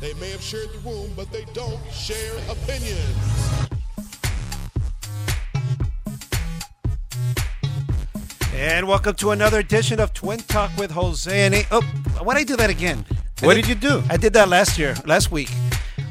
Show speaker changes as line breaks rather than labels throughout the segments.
They may have shared the room, but they don't share opinions.
And welcome to another edition of Twin Talk with Jose and A- Oh, why did I do that again? I
What did you do?
I did that last year, last week.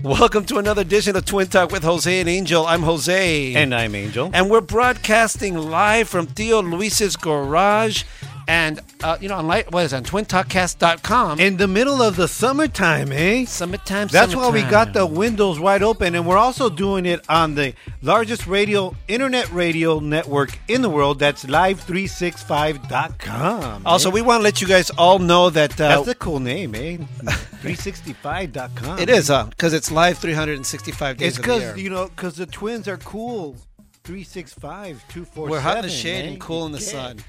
Welcome to another edition of Twin Talk with Jose and Angel. I'm Jose.
And I'm Angel.
And we're broadcasting live from Theo Luis's garage. And, uh, you know, on light, what is it, on twintalkcast.com.
in the middle of the summertime, eh?
summertime,
That's why we got the
summertime.
windows wide open, and we're also doing it on the largest radio, internet radio network in the world. That's live365.com. eh?
Also, we want to let you guys all know that. Uh,
that's a cool name, eh? 365.com.
it is, because it's live 365 days
It's
of the year.
because, you know, because the twins are cool. 365, 247.
We're hot in the shade
eh?
and cool in the
Yeah.
sun.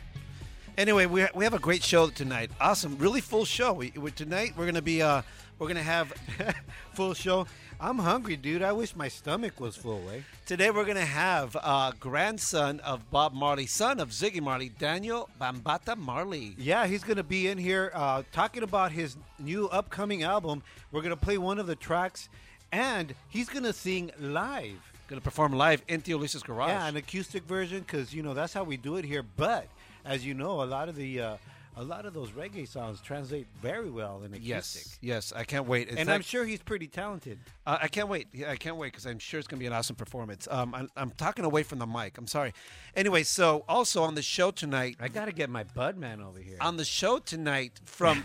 Anyway, we, we have a great show tonight. Awesome, really full show. We, we, tonight we're gonna be uh, we're gonna have
Full show. I'm hungry, dude. I wish my stomach was full, eh?
today we're gonna have uh, grandson of Bob Marley, son of Ziggy Marley, Daniel Bambata Marley.
Yeah, he's going to be in here uh, talking about his new upcoming album. We're going to play one of the tracks, and he's going to sing live.
Gonna perform live in Theo Luis's garage.
Yeah, an acoustic version because you know that's how we do it here. But as you know, a lot of the uh, a lot of those reggae songs translate very well in acoustic.
yes, yes, I can't wait. It's
and
like-
I'm sure he's pretty talented.
Uh, I can't wait. Yeah, I can't wait because I'm sure it's going to be an awesome performance. Um, I'm, I'm talking away from the mic. I'm sorry. Anyway, so also on the show tonight,
I got to get my bud man over here.
on the show tonight from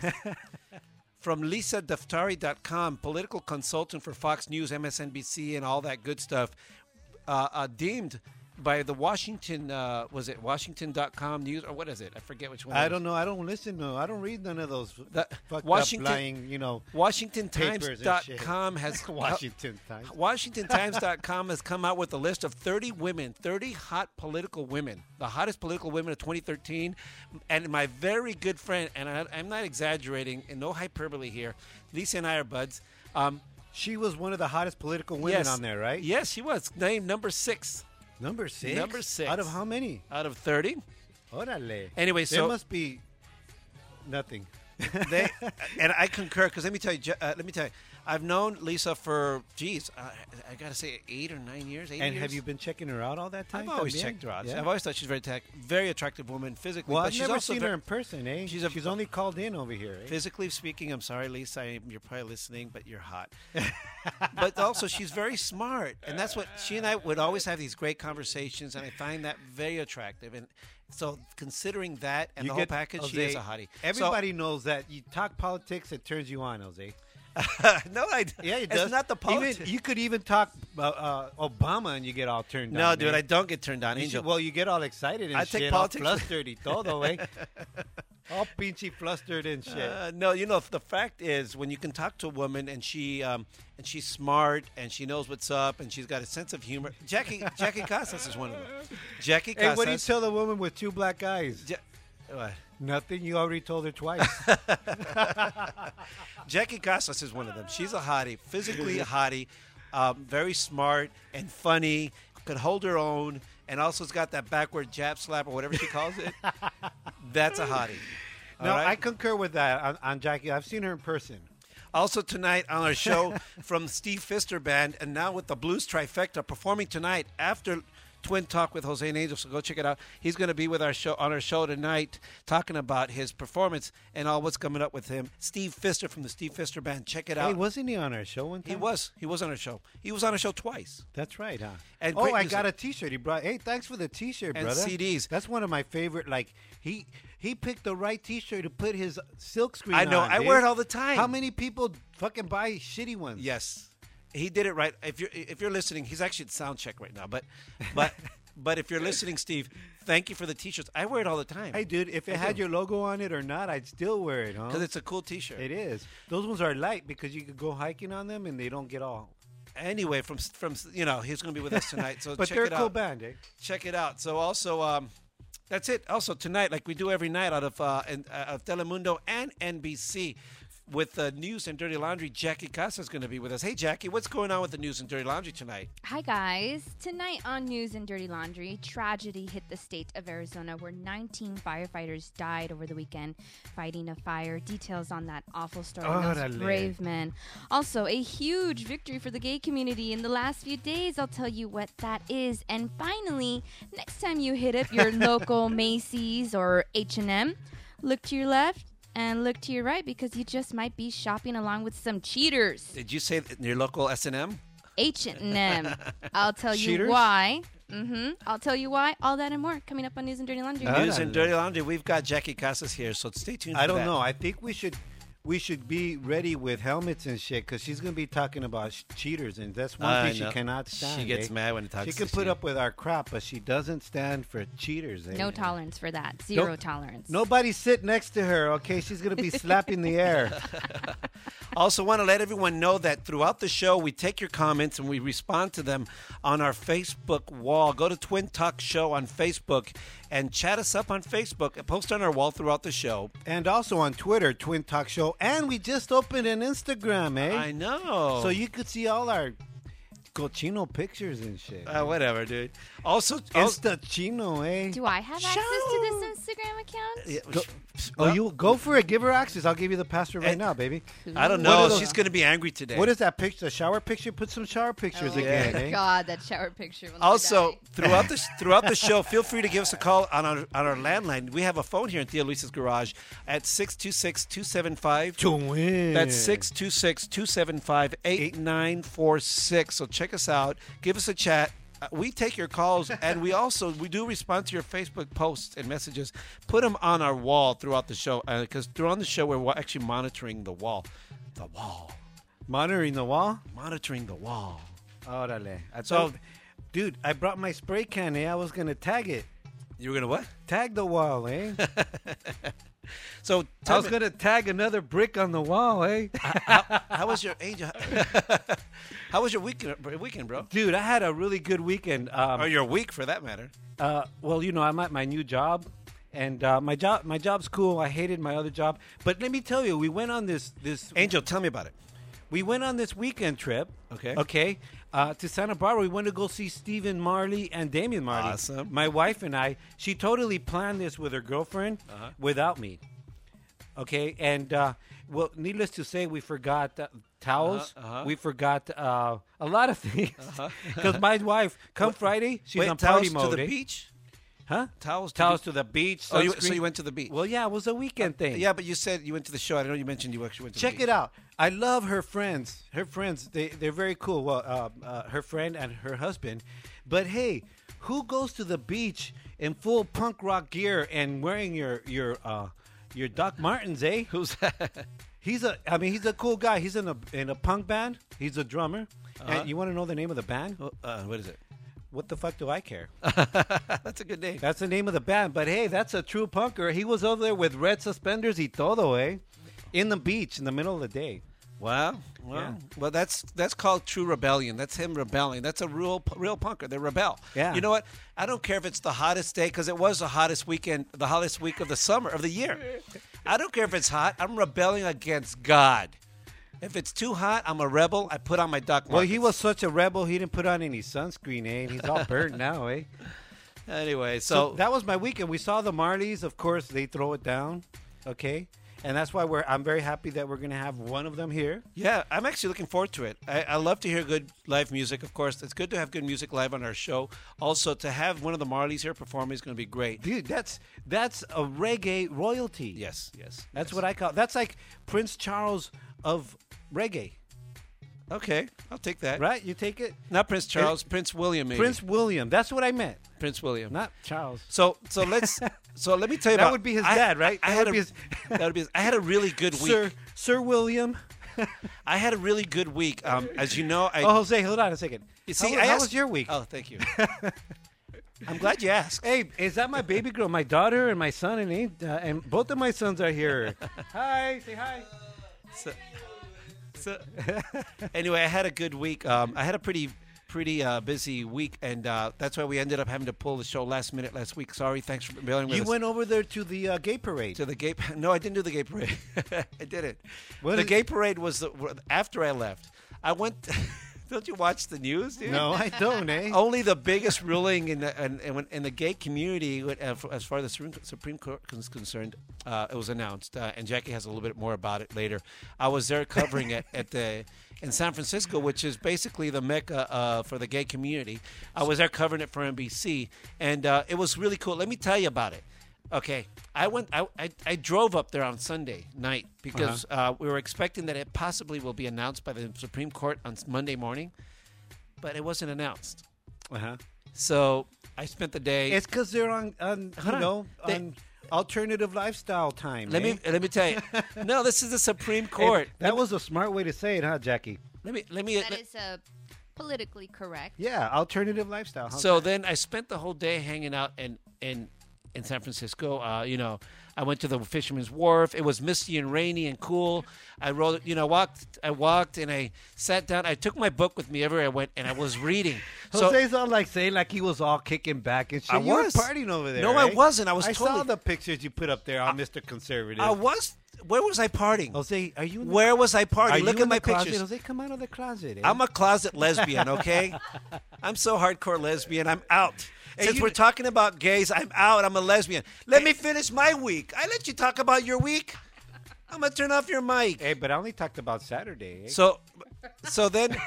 from lisadaftari.com political consultant for fox news msnbc and all that good stuff uh, uh, deemed by the washington uh, was it washington.com news or what is it i forget which one it
I
is.
don't know. I don't listen to. I don't read none of those
The-
fucked
Washington-
up lying. You know, papers and shit.
WashingtonTimes.com has
Washington Times.
WashingtonTimes.com has come out with a list of 30 women, 30 hot political women, the hottest political women of 2013. And my very good friend, and I, I'm not exaggerating and no hyperbole here, Lisa and I are buds. Um,
She was one of the hottest political women
yes,
on there, right?
Yes, she was named number six
Number six.
Number six.
Out of how many?
out of 30.
Orale.
Anyway, so-
there must be nothing.
They, and I concur because let me tell you, Je- uh, let me tell you, I've known Lisa for geez, uh, I gotta say eight or nine years. Eight
And
years?
have you been checking her out all that time?
I've always
también?
checked her out.
Yeah.
I've always thought she's very attack, very attractive woman physically.
well,
but
I've
she's
never
also
seen
very,
her in person, eh?
she's a-
she's only called in over here. Eh?
physically speaking. I'm sorry, Lisa. I, you're probably listening, but you're hot. but also, she's very smart, and that's what she and I would always have these great conversations, and I find that very attractive. And so, considering that and the whole package, she is
Jose,
a hottie. So-
Everybody knows that. You talk politics, it turns you on, Jose.
no, I.
Yeah, it
it's
does.
not the
Even-
politics.
you could even talk uh, uh, Obama and you get all turned
no,
on.
dude,
eh?
I don't get turned on.
You
Angel.
should- well, you get all excited and
I
shit,
take politics-
all flustered y todo, eh? all pinchy flustered and shit.
Uh, no, you know the fact is when you can talk to a woman and she um, and she's smart and she knows what's up and she's got a sense of humor. Jackie Jackie Casas is one of them. Jackie
hey,
Casas.
what do you tell the woman with two black eyes?
Ja- what?
Nothing. You already told her twice.
Jackie Casas is one of them. She's a hottie, physically a hottie, um, very smart and funny, could hold her own, and also has got that backward jab slap or whatever she calls it. That's a hottie. All
no,
right?
I concur with that on, on Jackie. I've seen her in person.
Also tonight on our show from Steve Fister Band, and now with the Blues Trifecta performing tonight after Twin Talk with Jose and Angel. So go check it out. He's going to be with our show on our show tonight, talking about his performance and all what's coming up with him. Steve Fister from the Steve Fister Band. Check it out.
Hey, wasn't he on our show one time?
he was he was on our show. He was on our show twice.
That's right, huh?
And
oh,
great
I
music.
got a T-shirt. He brought. Hey, thanks for the T-shirt,
And
brother.
CDs.
That's one of my favorite. Like he he picked the right T-shirt to put his silk screen.
I know.
on,
I
dude.
wear it all the time.
How many people fucking buy shitty ones?
Yes, he did it right. If you're if you're listening, he's actually at sound check right now. But but but if you're listening, Steve, thank you for the t-shirts. I wear it all the time.
Hey, dude, if it
I
had
do.
your logo on it or not, I'd still wear it, huh?
because it's a cool t-shirt.
It is. Those ones are light because you could go hiking on them and they don't get all
Anyway, from from you know he's going to be with us tonight. So
But
check
they're
it
a cool
out.
band, eh?
Check it out. So also. Um, that's it. Also tonight, like we do every night, out of uh, and, uh, of Telemundo and NBC, with uh, news and dirty laundry. Jackie Casa is going to be with us. Hey, Jackie, what's going on with the news and dirty laundry tonight?
Hi, guys. Tonight on News and Dirty Laundry, tragedy hit the state of Arizona where 19 firefighters died over the weekend fighting a fire. Details on that awful story. and those
Órale.
brave men. Also, a huge victory for the gay community. In the last few days, I'll tell you what that is. And finally, next time you hit up your local Macy's or H&M, look to your left and look to your right because you just might be shopping along with some cheaters.
Did you say that in your local S and M?
H&M. I'll tell you
Cheaters?
why. Mm-hmm. I'll tell you why. All that and more coming up on News and Dirty Laundry.
Uh,
News
I
and
love-
dirty laundry. We've got Jackie Casas here, so stay tuned.
I
for
don't
that.
know. I think we should we should be ready with helmets and shit because she's gonna be talking about sh- cheaters, and that's one
I
thing
know.
she cannot
She
stand.
gets
eh?
mad when it talks
She
to
can put
cheater.
up with our crap, but she doesn't stand for cheaters. Eh?
No tolerance for that. 0
Nope.
tolerance.
Nobody sit next to her, okay? She's gonna be slapping the air.
Also, want to let everyone know that throughout the show, we take your comments and we respond to them on our Facebook wall. Go to Twin Talk Show on Facebook and chat us up on Facebook and post on our wall throughout the show.
and also on Twitter, Twin Talk Show, and we just opened an Instagram, eh?
I know.
So you could see all our cochino pictures and shit.
Uh, whatever, dude. Also, also
Insta chino, eh?
Do I have access
Show.
to this Instagram account?
Yeah,
Go-
sh-
oh,
well,
you go for it. Give her access. I'll give you the password right
And-
now, baby.
I don't
Ooh.
know.
What are
She's
those-
going to be angry today.
What is that picture? The shower picture? Put some shower pictures
Oh
again.
my
eh?
God, that shower picture. will never
Also,
die.
throughout the throughout the show, feel free to give us a call on our on our landline. We have a phone here in Theo Luis's garage at 626-275
To win.
That's 626 275 8946. So check us out. Give us a chat. Uh, We take your calls and we also we do respond to your Facebook posts and messages. Put them on our wall throughout the show uh, because throughout the show we're wa- actually monitoring the wall, the wall,
Monitoring the wall.
monitoring the wall.
Órale. I
So-
thought, dude, I brought my spray can. Eh? I was gonna tag it.
You were gonna what?
Tag the wall, eh?
So
I
tell
was
me,
gonna tag another brick on the wall, eh?
how was your angel? how was your weekend, weekend, bro?
Dude, I had a really good weekend. Um,
Or your week, for that matter.
uh, well, you know, I'm at my new job, and uh, my job, my job's cool. I hated my other job, but let me tell you, we went on this this
Angel, tell me about it.
we went on this weekend trip.
Okay.
Okay. Uh, to Santa Barbara, we went to go see Stephen Marley and Damian Marley.
Awesome.
My wife and I. She totally planned this with her girlfriend
Uh-huh.
without me. Okay, and uh, well, needless to say, we forgot uh, towels.
Uh-huh, uh-huh.
We forgot uh, a lot of things. Because my wife, come Friday, she's
Wait,
on
towels
party mode.
to the
eh?
beach.
Huh?
Towels to
Towels
the-
to the beach.
Oh, you- so
sunscreen.
you went to the beach. Uh,
Well, yeah, it was a weekend thing.
Yeah, but you said you went to the show. I know you mentioned you actually went to
Check
the
it out. I love her friends. Her friends, they, they're very cool. Well, uh, uh, her friend and her husband. But hey, who goes to the beach in full punk rock gear and wearing your your uh, your Doc Martens, eh?
Who's that?
He's a, I mean, he's a cool guy. He's in a in a punk band. He's a drummer. And you want to know the name of the band?
Uh-huh. Uh, what is it?
What the fuck do I care?
That's a good name.
That's the name of the band. But hey, that's a true punker. He was over there with red suspenders y todo, eh? In the beach in the middle of the day.
Wow. Wow.
Yeah.
Well, that's that's called true rebellion. That's him rebelling. That's a real real punker. They rebel.
Yeah.
You know what? I don't care if it's the hottest day because it was the hottest weekend, the hottest week of the summer of the year. I don't care if it's hot. I'm rebelling against God. If it's too hot, I'm a rebel. I put on my duck.
Well, he was such a rebel, he didn't put on any sunscreen, eh? And he's all burnt now, eh?
anyway.
So
So,
that was my weekend. We saw the Marleys, of course, they throw it down, okay? And that's why we're I'm very happy that we're gonna have one of them here.
Yeah, I'm actually looking forward to it. I, I love to hear good live music, of course. It's good to have good music live on our show. Also, to have one of the Marleys here perform is going to be great.
Dude, that's that's a reggae royalty.
Yes, yes.
That's what I call that's like Prince Charles of reggae.
I. Okay, I'll take that.
Right? You take it?
Not Prince Charles, Prince William, maybe.
Prince William. That's what I meant.
Prince William.
Not Charles.
so, so let's. So let me tell you
That
about.
would be his
I-
dad, right?
I,
That
had
would
a.
be his-
that would be. His, I had a really good week.
Sir Sir William.
I had a really good week. Um, as you know, I.
Oh, Jose, hold on a second.
you see,
how,
I
how
asked-
was your week?
Oh, thank you. I'm glad you asked.
Hey, is that my baby girl? My daughter and my son and Abe, uh, and both of my sons are here. hi, say hi.
So, pizza. anyway, I had a good week. Um, I had a pretty pretty uh, busy week, and uh, that's why we ended up having to pull the show last minute last week. Sorry, thanks for bearing with
You
us.
went over there to the uh, gay parade.
to the gay. No, I didn't do the gay parade. I didn't.
What
the
is-
gay parade was the, after I left. I went. don't you watch the news, dude?
no, I don't, eh?
only the biggest ruling in the in, in, when- in the gay community, uh, f- as far as the Supreme- Supreme Court is concerned, uh, it was announced, uh, and Jackie has a little bit more about it later. I was there covering it at the in San Francisco, which is basically the mecca uh, for the gay community. I was there covering it for NBC, and uh, it was really cool. Let me tell you about it. Okay, I went. I, I, I drove up there on Sunday night because uh
Uh-huh.
we were expecting that it possibly will be announced by the Supreme Court on s- Monday morning, but it wasn't announced.
Uh-huh.
So I spent the day.
It's because they're on, on you
Hold on.
know,
They-
on alternative lifestyle time.
let
eh?
me let me tell you. no, this is the Supreme
Hey,
Court.
that was a smart way to say it, huh, Jackie?
let me let me.
That
let-
is uh, politically correct.
Yeah, alternative lifestyle. Huh?
so then I spent the whole day hanging out in in in San Francisco. Uh, you know, I went to the Fisherman's Wharf. It was misty and rainy and cool. I rode. You know, walked. I walked and I sat down. I took my book with me everywhere I went, and I was reading. so
Jose's all like saying like he was all kicking back and shit.
I
you were
was.
partying over there.
No, I
right?
wasn't. I was
I saw
totally-
the pictures you put up there on Mr. Conservative.
I was. Where was I partying?
Jose, are you? In the,
Where was I
Are
partying?
you
Look
in
at my
the closet?
pictures.
Jose, come out of the closet. eh?
I'm a closet lesbian, okay? I'm so hardcore lesbian. I'm out.
Hey,
Since
you-
we're talking about gays, I'm out. I'm a lesbian. Let me finish my week. I let you talk about your week. I'm gonna turn off your mic.
Hey, but I only talked about Saturday. eh?
So, so then,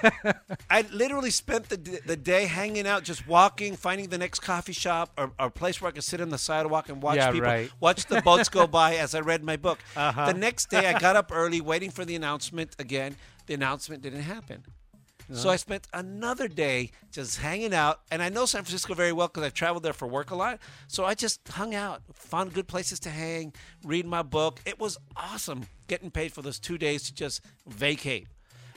I literally spent the d- the day hanging out, just walking, finding the next coffee shop or, or place where I could sit on the sidewalk and watch
Yeah,
people
right. Uh-huh.
watch the boats go by as I read my book. The next day, I got up early, waiting for the announcement. Again, the announcement didn't happen.
Uh-huh.
So I spent another day just hanging out, and I know San Francisco very well because I've traveled there for work a lot. So I just hung out, found good places to hang, read my book. It was awesome getting paid for those two days to just vacate,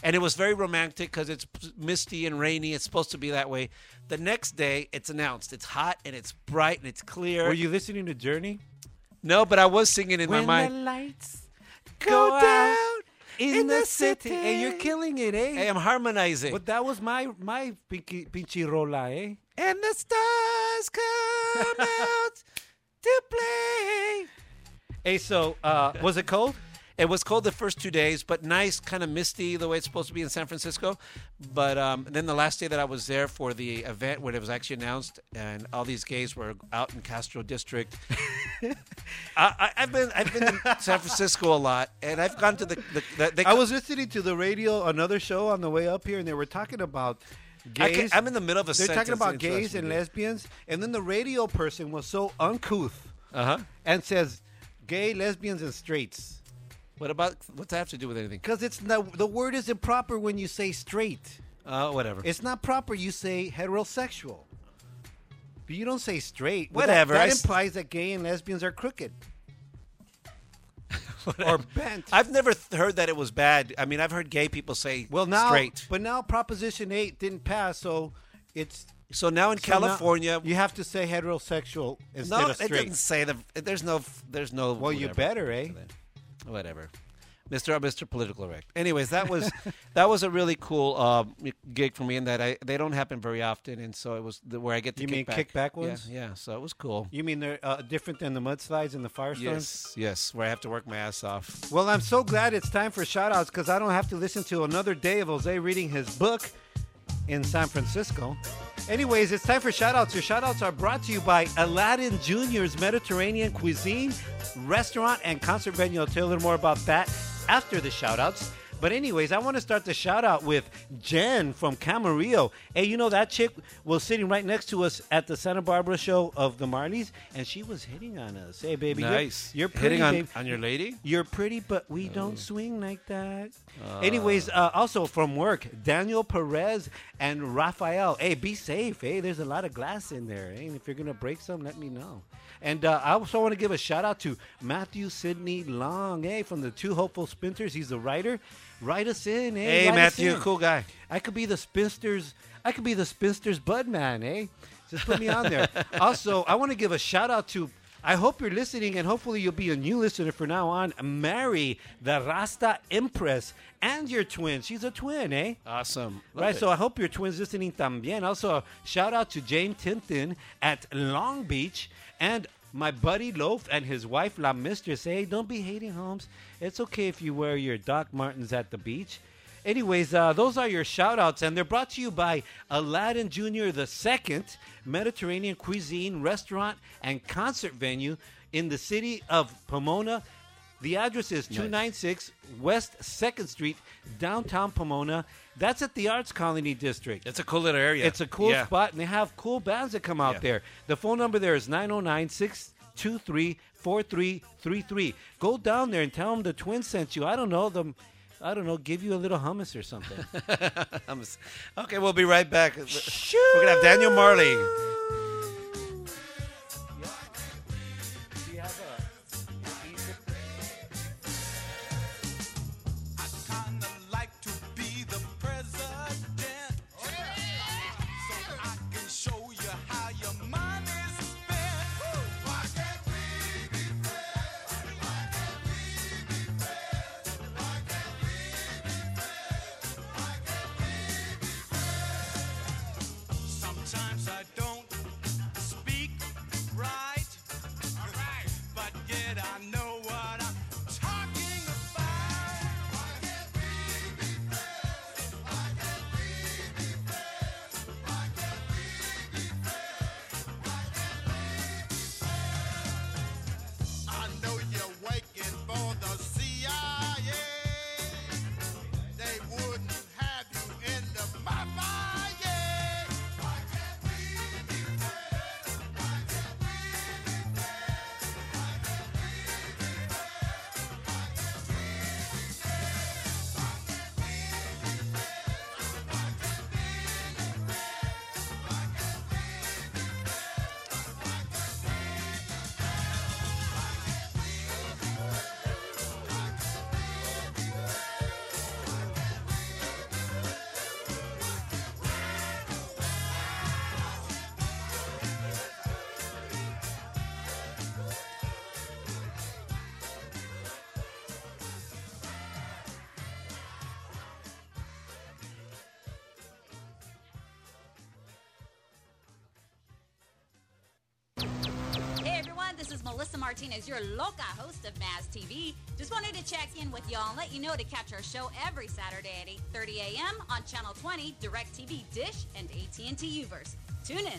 and it was very romantic because it's misty and rainy. It's supposed to be that way. The next day, it's announced. It's hot and it's bright and it's clear.
were you listening to Journey?
No, but I was singing in my mind.
lights
go out
in, the, city. Hey, you're killing it, eh?
Hey, I'm harmonizing.
but that was my my pinky, pinchy rola, eh?
And the stars come out to play.
Hey, so uh, was it cold?
It was cold the first two days, but nice, kind of misty the way it's supposed to be in San Francisco. But um, then the last day that I was there for the event when it was actually announced, and all these gays were out in Castro District. I, I, I've been I've been to San Francisco a lot, and I've gone to the. the, the they
I was listening to the radio, another show on the way up here, and they were talking about
I
gays.
am in the middle of a.
They're talking
sentence,
about
it interrupts
gays
me,
and
dude.
lesbians, and then the radio person was so uncouth
Uh-huh.
and says, "Gay, lesbians, and straights,"
What about what's that have to do with anything?
because it's not, the word is improper when you say straight.
Uh, whatever.
It's not proper. You say heterosexual. But you don't say straight. But
Whatever,
That,
I
that
s-
implies that gay and lesbians are crooked. or bent.
I've never th- heard that it was bad. I mean, I've heard gay people say
well, now,
straight.
but now Proposition 8 didn't pass, so it's.
so now in
so now
California,
you have to say heterosexual instead
no,
of
it
straight.
doesn't say the. There's no. There's no.
Well, you
whatever.
better, eh?
Whatever. Mr. Mr. Political Correct. Anyways, that was that was a really cool um, gig for me in that I they don't happen very often, and so it was the, where I get to
You
kick
mean
back.
kickback
Yeah,
ones?
Yeah, so it was cool.
You mean they're uh, different than the mudslides and the firestorms?
Yes, yes, where I have to work my ass off.
Well, I'm so glad it's time for shout outs because I don't have to listen to another day of Jose reading his book in San Francisco. Anyways, it's time for shout outs. Your shout outs are brought to you by Aladdin Jr.'s Mediterranean Cuisine Restaurant and Concert Venue. I'll tell you a little more about that after the shout outs. But, anyways, I want to start the shout out with Jen from Camarillo. Hey, you know, that chick was sitting right next to us at the Santa Barbara show of the Marleys, and she was hitting on us. Hey, baby. you're-
Nice.
You're, pretty,
hitting on,
babe.
on your lady.
You're pretty, but we
Uh.
don't swing like that. Anyways, uh, also from work, Daniel Perez and Rafael. Hey, be safe. Hey, there's a lot of glass in there. Hey, and if you're going to break some, let me know. And uh, I also want to give a shout out to Matthew Sidney Long, hey, from the Two Hopeful Spinters. He's a writer. Write us in, hey.
Hey,
write us
Matthew,
in.
cool guy.
I could be the spinster's. I could be the spinster's bud man, eh? Just put me on there. also, I want to give a shout out to I hope you're listening, and hopefully you'll be a new listener from now on. Marry the Rasta Empress and your twin. She's a twin, eh?
Awesome. Love
right,
it.
so I hope your twins listening también. Also, shout out to Jane Tintin at Long Beach and my buddy Loaf and his wife La Mistress. Hey, don't be hating Holmes. It's okay if you wear your Doc Martens at the beach. Anyways, uh, those are your shout outs, and they're brought to you by Aladdin Jr. the Second Mediterranean Cuisine Restaurant and Concert Venue in the city of Pomona. The address is 296 West 2nd Street, downtown Pomona. That's at the Arts Colony District.
it's a cool little area.
It's a cool
Yeah.
spot, and they have cool bands that come out
Yeah.
there. The phone number there is 909 623 4333. Go down there and tell them the twins sent you. I don't know them. I don't know, give you a little hummus or something.
I'm s- okay, we'll be right back. We're gonna have Daniel Marley.
I kinda like to be the president. So I can show you how your money's spent. Why can't we be friends? Why can't we be friends? Why can't we be friends? Why can't we be friends? Sometimes I don't speak right. Alright, but yet I know what I'm talking about. I know you're waking for the CIA. They wouldn't have you in the mafia. Why can't we be friends? Why can't we be friends? Why can't we be friends? Why can't we be friends? Why can't we be friends? Why can't we be friends? Why can't we be friends? Why can't we be friends?
Hey everyone, this is Melissa Martinez, your loca host of Maz TV. Just wanted to check in with y'all and let you know to catch our show every Saturday at 8:30 a.m. on Channel 20, DirecTV Dish, and AT&T Uverse. Tune in.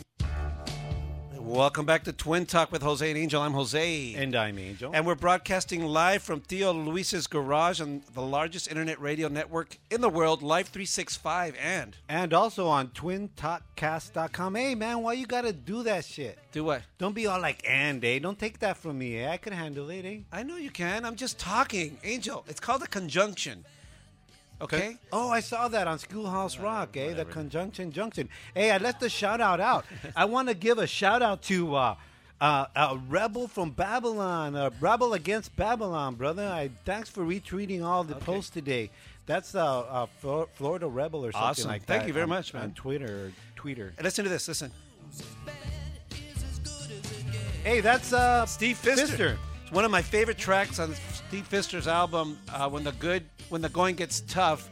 Welcome back to Twin Talk with Jose and Angel. I'm Jose.
and I'm Angel.
And we're broadcasting live from Theo Luis's garage on the largest internet radio network in the world, Live 365. And
And also on twintalkcast.com. Hey, man, why you gotta do that shit?
do what?
Don't be all like, and, eh? Don't take that from me, eh? I can handle it, eh?
I know you can. I'm just talking, Angel. It's called a conjunction. Okay.
Oh, I saw that on Schoolhouse Rock, eh? The conjunction junction. Hey, I left the shout out out. I want to give a shout out to uh, uh, a rebel from Babylon, a rebel against Babylon, brother. I thanks for retweeting all the posts today. That's uh, uh, Flor- Florida rebel or something
Awesome.
like that.
Thank you very
on-
much, man.
On Twitter, or tweeter.
And listen to this. Listen.
Hey, that's uh,
Steve Fister. It's one of my favorite tracks on Steve Fister's album, uh, "When the Good, When the Going Gets Tough."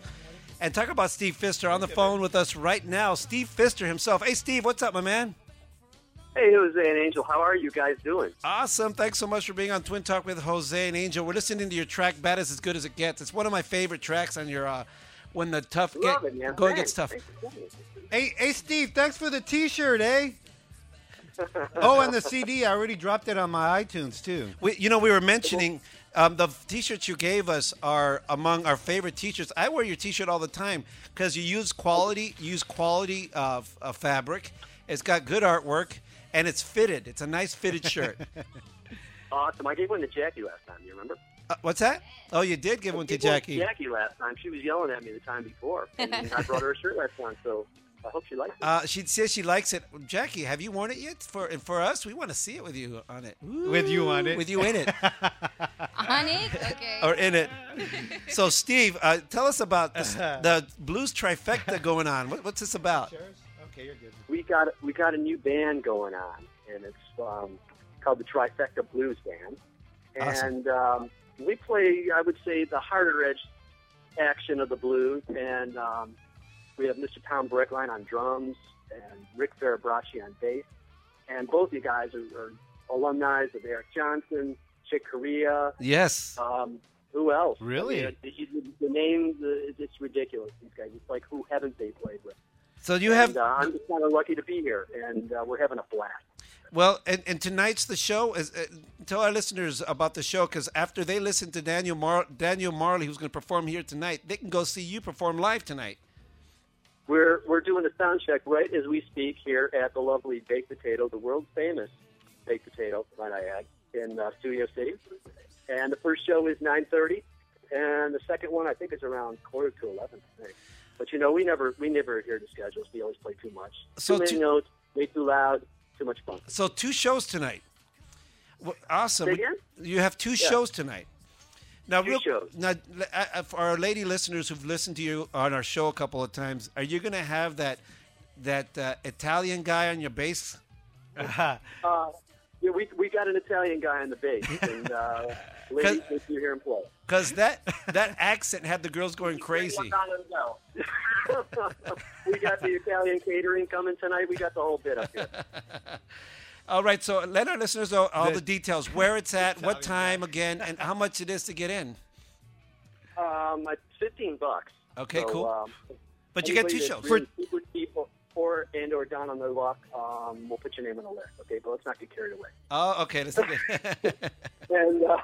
And talk about Steve Fister on the phone with us right now. Steve Fister himself. Hey, Steve, what's up, my man?
Hey, Jose and Angel, how are you guys doing?
Awesome. Thanks so much for being on Twin Talk with Jose and Angel. We're listening to your track "Bad is as Good as It Gets." It's one of my favorite tracks on your uh, "When the Tough Get,
Love it, man.
Going
Thanks.
Gets Tough."
Thanks for saying it.
Hey, hey, Steve, thanks for the T-shirt, eh? oh, and the CD. I already dropped it on my iTunes too.
We, you know, we were mentioning um, the T-shirts you gave us are among our favorite T-shirts. I wear your T-shirt all the time because you use quality, you use quality of, of fabric. It's got good artwork and it's fitted. It's a nice fitted shirt.
Awesome. I gave one to Jackie last time, you remember?
uh, what's that? Oh, you did give one
I
to
gave one
Jackie.
Jackie last time. She was yelling at me the time before. And I brought her a shirt last time, so I hope she likes it.
Uh, she says she likes it. Jackie, have you worn it yet? For and for us, we want to see it with you on it,
With you on it.
with you in it,
On it? Okay.
or in it. So, Steve, uh, tell us about this,
Uh-huh.
the blues trifecta going on. What, what's this about?
Okay, you're good.
we got we got a new band going on, and it's um, called the Trifecta Blues Band, and um, we play, I would say, the harder edge action of the blues. And um, we have Mr. Tom Breckline on drums and Rick Farabracci on bass, and both you guys are, are alumni of Eric Johnson, Chick Corea.
Yes.
Um, who else?
Really?
I mean, the, the, the names, uh, it's ridiculous. These guys, it's like who haven't they played with?
So you have
And, uh, I'm just kind of lucky to be here, and uh, we're having a blast.
Well, and, and tonight's the show is uh, tell our listeners about the show because after they listen to Daniel Mar- Daniel Marley, who's going to perform here tonight, they can go see you perform live tonight.
We're we're doing a sound check right as we speak here at the lovely Baked Potato, the world's famous Baked Potato, might I add, in uh, Studio City. And the first show is 9:30, and the second one I think is around quarter to 11. I think. But you know, we never we never adhere to schedules. We always play too much,
So
too many
two-
notes, way too loud, too much fun.
So two shows tonight. Well, awesome.
Say again?
You have two shows tonight. Now,
Two
real,
shows.
now l- uh, uh, for our lady listeners who've listened to you on our show a couple of times, are you going to have that that uh, Italian guy on your bass?
Uh, yeah, we we got an Italian guy on the bass, and uh, ladies, if you hear him play.
Because that that accent had the girls going crazy.
we got the Italian catering coming tonight. We got the whole bit up here.
All right, so let our listeners know all the details, where it's at, what time again, and how much it is to get in.
Um, it's fifteen bucks.
Okay,
So,
cool.
Um,
But you get
anybody
two
that's
shows.
Really super cheap or- or and or down on the luck, um, we'll put your name on the list. Okay, but let's not get carried away.
Oh, okay. Let's look at
And uh,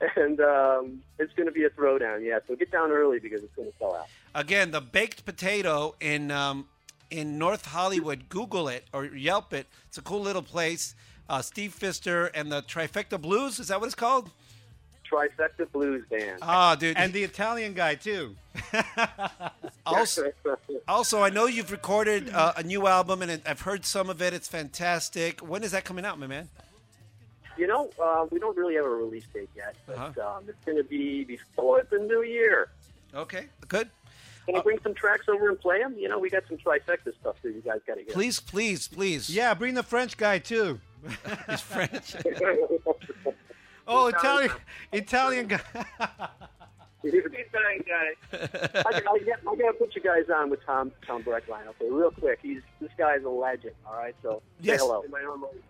and um, it's going to be a throwdown. Yeah, so get down early because it's going to sell out.
again the baked potato in um, in North Hollywood. Google it or Yelp it. It's a cool little place. Uh, Steve Pfister and the Trifecta Blues. Is that what it's called?
Trifecta Blues Band.
Ah, dude.
And
And
the Italian guy too.
also, also, I know you've recorded uh, a new album, and I've heard some of it. It's fantastic. When is that coming out, my man?
You know, uh, we don't really have a release date yet, but
Uh-huh.
um, it's going to be before the new year.
Okay, good.
Can I bring some tracks over and play them? You know, we got some trifecta stuff that you guys got to hear.
Please, please, please.
Yeah, bring the French guy too.
He's French.
Oh, Italian, Italian guy.
I, I, got- I got to put you guys on with Tom Tom Breckline. Okay, real quick. He's this guy's a legend. All right, so say
Yes.
hello.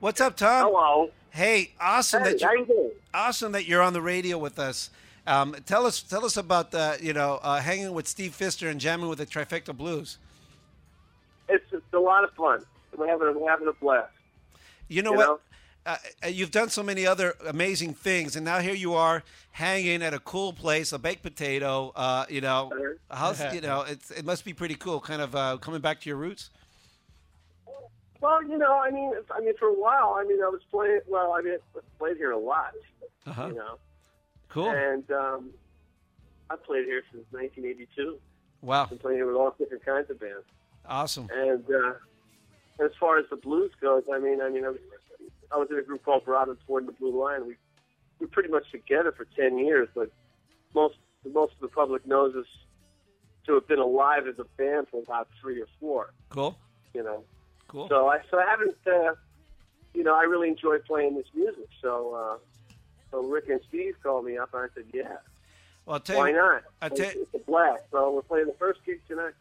What's up, Tom?
Hello.
Hey, awesome
Hey,
that
how
you
you doing?
awesome that you're on the radio with us. Um, tell us tell us about the you know uh, hanging with Steve Pfister and jamming with the Trifecta Blues.
It's, it's a lot of fun. We're having a, we're having a blast.
You know
You
what?
know?
Uh, uh, you've done so many other amazing things, and now here you are hanging at a cool place, a baked potato. Uh, you know,
Uh-huh.
how's, you know, it's, it must be pretty cool, kind of uh, coming back to your roots.
Well, you know, I mean, it's- I mean, for a while, I mean, I was playing. Well, I mean, I played here a lot. You know,
Uh-huh. Cool.
and um, I played here since 1982.
Wow.
Been playing here with all different kinds of bands.
Awesome.
And uh, as far as the blues goes, I mean, I mean, I was, I was in a group called Robin Ford and the Blue Lion. We we were pretty much together for ten years, but most most of the public knows us to have been alive as a band for about three or four.
Cool.
You know,
Cool.
so I so I haven't, uh, you know, I really enjoy playing this music. So uh, so Rick and Steve called me up, and I said, yeah.
well, I'll tell
Why
you,
not?
I tell-
It's, it's a blast. So we're playing the first gig tonight.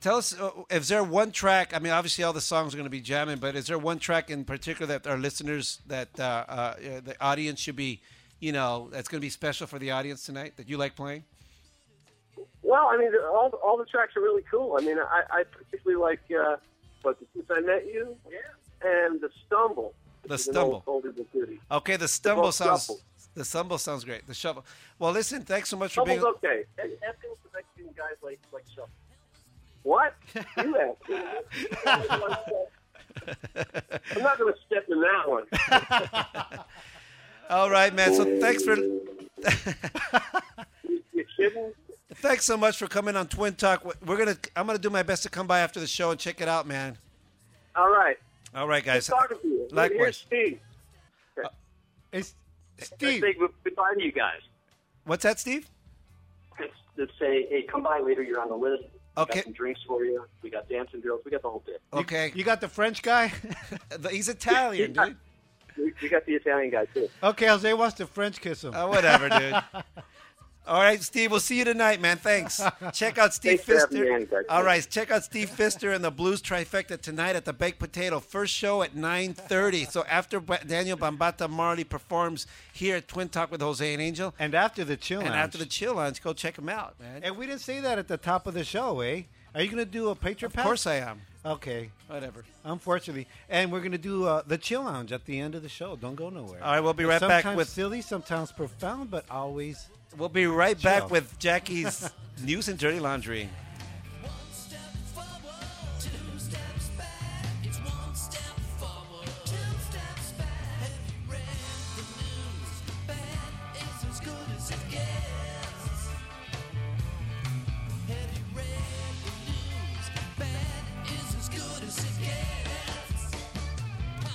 Tell us, uh, is there one track? I mean, obviously, all the songs are going to be jamming, but is there one track in particular that our listeners, that uh, uh, the audience should be, you know, that's going to be special for the audience tonight that you like playing?
Well, I mean, all all the tracks are really cool. I mean, I, I particularly like uh, "But Since I Met You" and "The Stumble."
The
which is an old
Stumble.
Oldie But Goodie.
Okay, the stumble
both
sounds.
stumble.
The stumble sounds great. The shovel. Well, listen, thanks so much for
Stumble's
being.
okay. And Atkins the Mexican guys like like shuffle. What? You asked. I'm not going to step in that one.
All right, man. So thanks for
You kidding?
thanks so much for coming on Twin Talk. We're gonna. I'm gonna do my best to come by after the show and check it out, man.
All right.
All right, guys.
Talking to you. Here's
Likewise.
Steve.
Uh, It's
I
Steve.
say goodbye to you guys.
What's that, Steve?
Let's say, hey, come by later. You're on the list. We
Okay.
got some drinks for you. We got dancing girls. We got the whole bit.
Okay,
You got the French guy.
he's Italian, dude.
we, we got the Italian guy too.
Okay, Jose wants to French kiss him.
Uh, whatever, dude. All right, Steve. We'll see you tonight, man. Thanks. Check out Steve
Thanks for having me on,
Fister.
guys.
All right, check out Steve Fister and the Blues Trifecta tonight at the Baked Potato. First show at 9:30. So after Ba- Daniel Bambata Marley performs here at Twin Talk with Jose and Angel,
and after the chill
and
lounge.
after the chill lounge, go check him out, man.
And we didn't say that at the top of the show, eh? Are you going to do a Patreon
Of course I am.
Okay,
Whatever.
unfortunately. And we're going to do uh, the chill lounge at the end of the show. Don't go nowhere.
All right, we'll be right back
sometimes
with-
silly, sometimes profound, but always
We'll be right back
Chill.
with Jackie's news and dirty laundry.
One step forward, two steps back. It's one step forward, two steps back. Have you read the news? Bad is as good as it gets. Have you read the news? Bad is as good as it gets.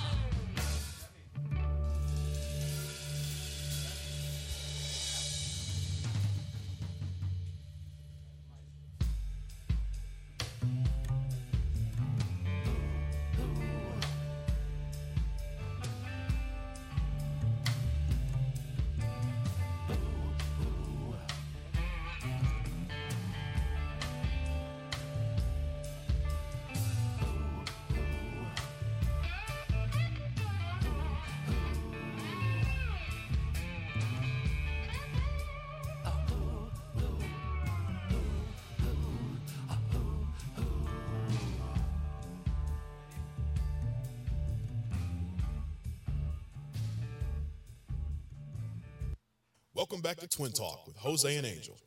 Welcome back to Twin Talk with Jose and Angel.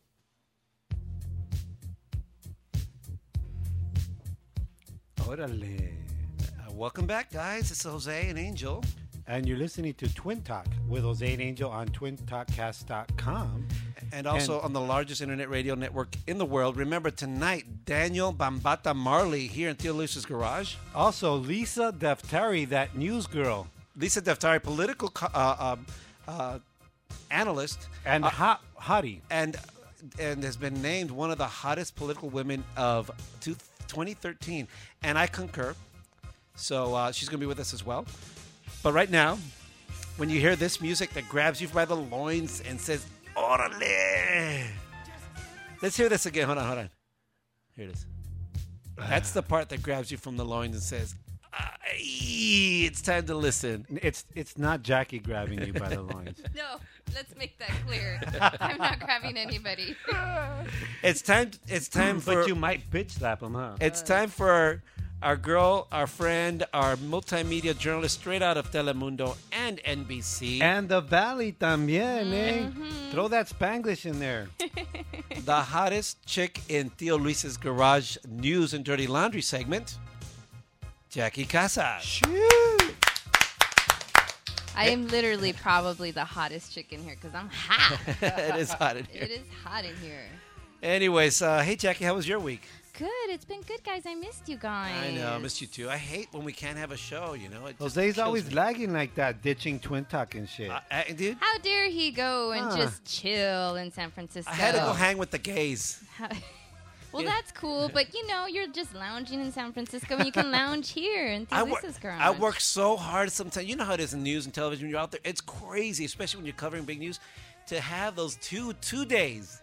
orale.
Uh, welcome back, guys. It's Jose and Angel.
And you're listening to Twin Talk with Jose and Angel on twintalkcast.com.
And also
And-
on the largest internet radio network in the world. Remember tonight, Daniel Bambata Marley here in Theo Lucia's garage.
Also, Lisa Deftari, that news girl,
Lisa Deftari, political co- uh, uh, uh, analyst, uh,
and Hot Hottie.
and and has been named one of the hottest political women of two, 2013. And I concur. So uh, she's going to be with us as well. But right now, when you hear this music that grabs you by the loins and says, Orale! Let's hear this again. Hold on, hold on. Here it is. That's the part that grabs you from the loins and says, "Ay, It's time to listen.
It's it's not Jackie grabbing you by the loins.
No, let's make that clear. I'm not grabbing anybody.
It's time. It's time for
but you might bitch slap him, huh?
It's time for our, our girl, our friend, our multimedia journalist straight out of Telemundo and NBC,
And the valley también, eh? Throw that Spanglish in there.
the hottest chick in Theo Luis's Garage News and Dirty Laundry segment, Jackie Casas.
I am literally probably the hottest chick in here because I'm hot.
it is hot in here.
it is hot in here.
Anyways, uh, hey, Jackie, how was your week?
Good. It's been good, guys. I missed you guys.
I know, I missed you too. I hate when we can't have a show, you know? It just
Jose's
kills
always
me.
lagging like that, ditching twin talk and shit.
Uh, uh, dude,
How dare he go and
Huh.
just chill in San Francisco?
I had to go hang with the gays.
well,
Yeah.
that's cool, but you know, you're just lounging in San Francisco, and you can lounge here in
I,
Theo
wor-
Luis's garage.
I work so hard sometimes. You know how it is in news and television. When you're out there, it's crazy, especially when you're covering big news. To have those two two days,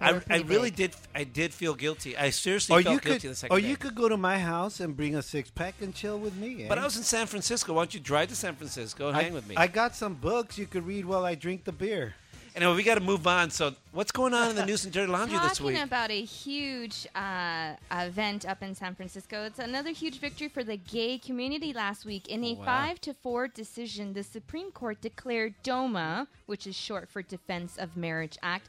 were
I, I
pretty
really
big.
did. I did feel guilty. I seriously
or
felt
you
guilty
could,
the second
or
day.
you could go to my house and bring a six pack and chill with me. Eh?
but I was in San Francisco. Why don't you drive to San Francisco and
I,
hang with me?
I got some books you could read while I drink the beer.
anyway, we got to move on. So, what's going on in the news and dirty laundry
Talking
this week?
about a huge uh, event up in San Francisco, it's another huge victory for the gay community last week. In a
Oh, Wow.
five to four decision, the Supreme Court declared DOMA, which is short for Defense of Marriage Act,